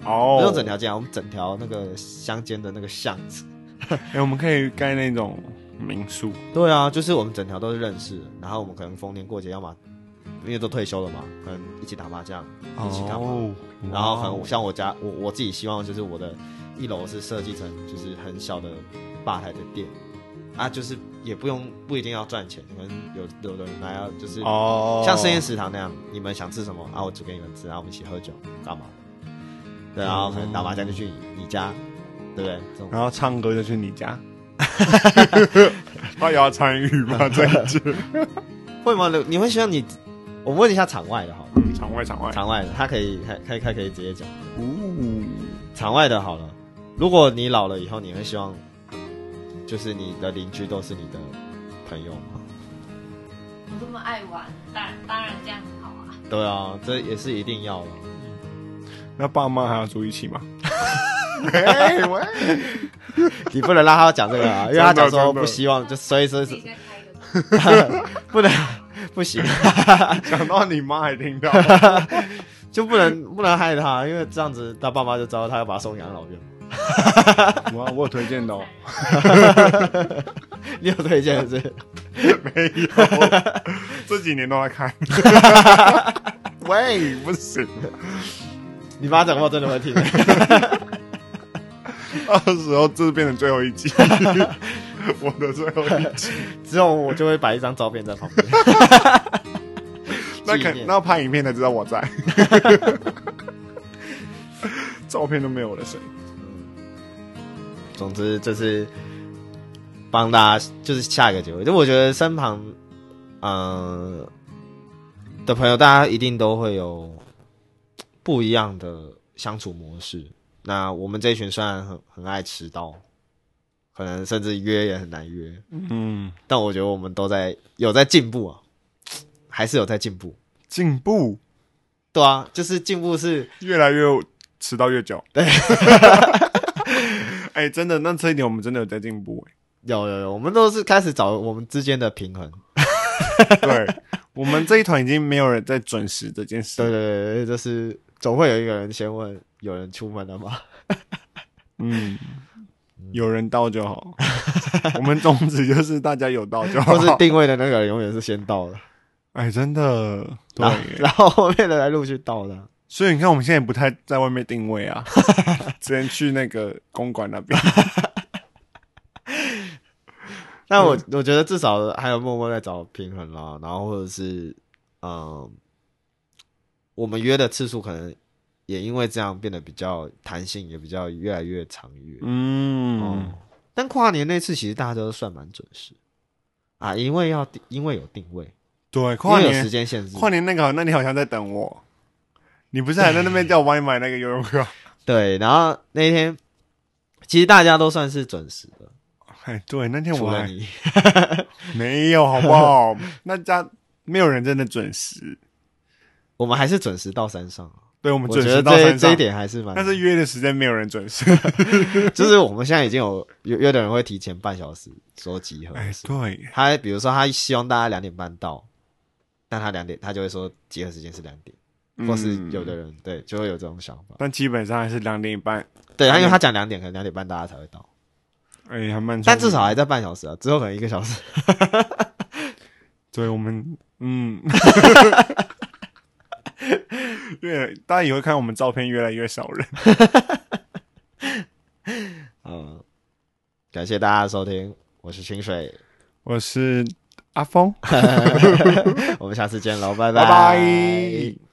[SPEAKER 2] 哦，
[SPEAKER 1] 不用整条街啊，我们整条那个乡间的那个巷子。
[SPEAKER 2] 哎、我们可以盖那种民宿，
[SPEAKER 1] 对啊，就是我们整条都是认识的，然后我们可能逢年过节，要么因为都退休了嘛，可能一起打麻将，一起干嘛。
[SPEAKER 2] 哦，
[SPEAKER 1] 然后可
[SPEAKER 2] 哇哦
[SPEAKER 1] 能像我家，我我自己希望就是我的一楼是设计成就是很小的吧台的店，啊，就是也不用不一定要赚钱，可能有有的人来要就是
[SPEAKER 2] 哦，
[SPEAKER 1] 像深夜食堂那样，你们想吃什么啊，我煮给你们吃，然后我们一起喝酒干嘛的？对，然后可能打麻将就去你你家，对不对？这种
[SPEAKER 2] 然后唱歌就去你家， 他也要参与 吗？这一次，
[SPEAKER 1] 会吗？你你会希望你？我问一下场外的好了，
[SPEAKER 2] 嗯，场外场外，
[SPEAKER 1] 场外的他可以，他他他可以直接讲。
[SPEAKER 2] 呜，
[SPEAKER 1] 场外的好了，如果你老了以后，你会希望就是你的邻居都是你的朋友吗？
[SPEAKER 3] 我这么爱玩，当然当然这样很好啊。
[SPEAKER 1] 对啊，这也是一定要的。
[SPEAKER 2] 那爸妈还要住一起 吗？
[SPEAKER 1] 你不能让他讲这个 啊，因为他讲说
[SPEAKER 2] 真的真的
[SPEAKER 1] 不希望，就所以说
[SPEAKER 3] 自己
[SPEAKER 1] 是
[SPEAKER 3] 再开一个，
[SPEAKER 1] 不能不行，
[SPEAKER 2] 讲到你妈还听到，
[SPEAKER 1] 就不能不能害他，啊因为这样子他爸妈就知道他要把他送养老院。
[SPEAKER 2] 哇， 我有推荐的、哦，
[SPEAKER 1] 你有推荐是不是？
[SPEAKER 2] 没有，这几年都 在看，喂，哎不行，
[SPEAKER 1] 你妈讲话真的会听。
[SPEAKER 2] 到时候这变成最后一 集，我的最后 一集，
[SPEAKER 1] 之后我就会摆一张照片在旁边。
[SPEAKER 2] 那
[SPEAKER 1] 纪
[SPEAKER 2] 肯
[SPEAKER 1] 念
[SPEAKER 2] 那拍影片才知道我 在，照片都没有我的声音。
[SPEAKER 1] 总之，这是帮大家就是下一个结尾。就我觉得身旁，嗯、的朋友，大家一定都会有不一样的相处模式。那我们这一群虽然很很爱迟到，可能甚至约也很难约，
[SPEAKER 2] 嗯，
[SPEAKER 1] 但我觉得我们都在有在进步啊，还是有在进步。
[SPEAKER 2] 进步
[SPEAKER 1] 对啊，就是进步是
[SPEAKER 2] 越来越迟到越久。对， 哎、真的，那这一点我们真的有在进步、
[SPEAKER 1] 有有有，我们都是开始找我们之间的平衡。
[SPEAKER 2] 哎， 对，我们这一团已经没有人在准时这件事。
[SPEAKER 1] 对对对对，就是总会有一个人先问有人出门了 吗？
[SPEAKER 2] 嗯，有人到就好。我们宗旨就是大家有到就好
[SPEAKER 1] 嗯或。是定位的那个人永远是先到的，
[SPEAKER 2] 哎、真的，对
[SPEAKER 1] 然后， 然后后面的来陆续到的。
[SPEAKER 2] 所以你看，我们现在也不太在外面定 位啊，只能去那个公馆那边。
[SPEAKER 1] 但我我觉得至少还有默默在找平衡啦，然后或者是嗯，我们约的次数可能也因为这样变得比较弹性，也比较越来越常约。
[SPEAKER 2] 嗯
[SPEAKER 1] 哦，但跨年那次其实大家都算蛮准时啊，因为要因为有定位，
[SPEAKER 2] 对，跨
[SPEAKER 1] 因为有
[SPEAKER 2] 年
[SPEAKER 1] 时间限制，
[SPEAKER 2] 跨年那个，那你好像在等我，你不是还在那边叫我帮你买那个游泳课？
[SPEAKER 1] 对，然后那天其实大家都算是准时的，
[SPEAKER 2] 哎，对，那天
[SPEAKER 1] 除
[SPEAKER 2] 我
[SPEAKER 1] 了
[SPEAKER 2] 还
[SPEAKER 1] 你，
[SPEAKER 2] 没有，好不好？那家没有人真的准时，
[SPEAKER 1] 我们还是准时到山上。啊
[SPEAKER 2] 对我们
[SPEAKER 1] 我
[SPEAKER 2] 准
[SPEAKER 1] 觉
[SPEAKER 2] 时
[SPEAKER 1] 得
[SPEAKER 2] 到
[SPEAKER 1] 这
[SPEAKER 2] 山
[SPEAKER 1] 这一
[SPEAKER 2] 上，
[SPEAKER 1] 点还是蛮，嗯
[SPEAKER 2] 但是约的时间没有人准时。
[SPEAKER 1] 就是我们现在已经有有有的人会提前半小时说集合
[SPEAKER 2] 哎
[SPEAKER 1] 的时，候，
[SPEAKER 2] 对，
[SPEAKER 1] 他比如说他希望大家两点半到，但他两点他就会说集合时间是两点，
[SPEAKER 2] 嗯
[SPEAKER 1] 或是有的人对就会有这种想法。
[SPEAKER 2] 但基本上还是两点一半，
[SPEAKER 1] 对，因为他讲两点，可能两点半大家才会到，
[SPEAKER 2] 哎、还蛮。
[SPEAKER 1] 但至少，还在半小时啊，之后可能一个小时。
[SPEAKER 2] 对我们， 嗯，越大家也会看我们照片越来越少人。
[SPEAKER 1] 嗯，感谢大家的收听，我是清水，
[SPEAKER 2] 我是阿峰，
[SPEAKER 1] 我们下次见喽，拜
[SPEAKER 2] 拜拜。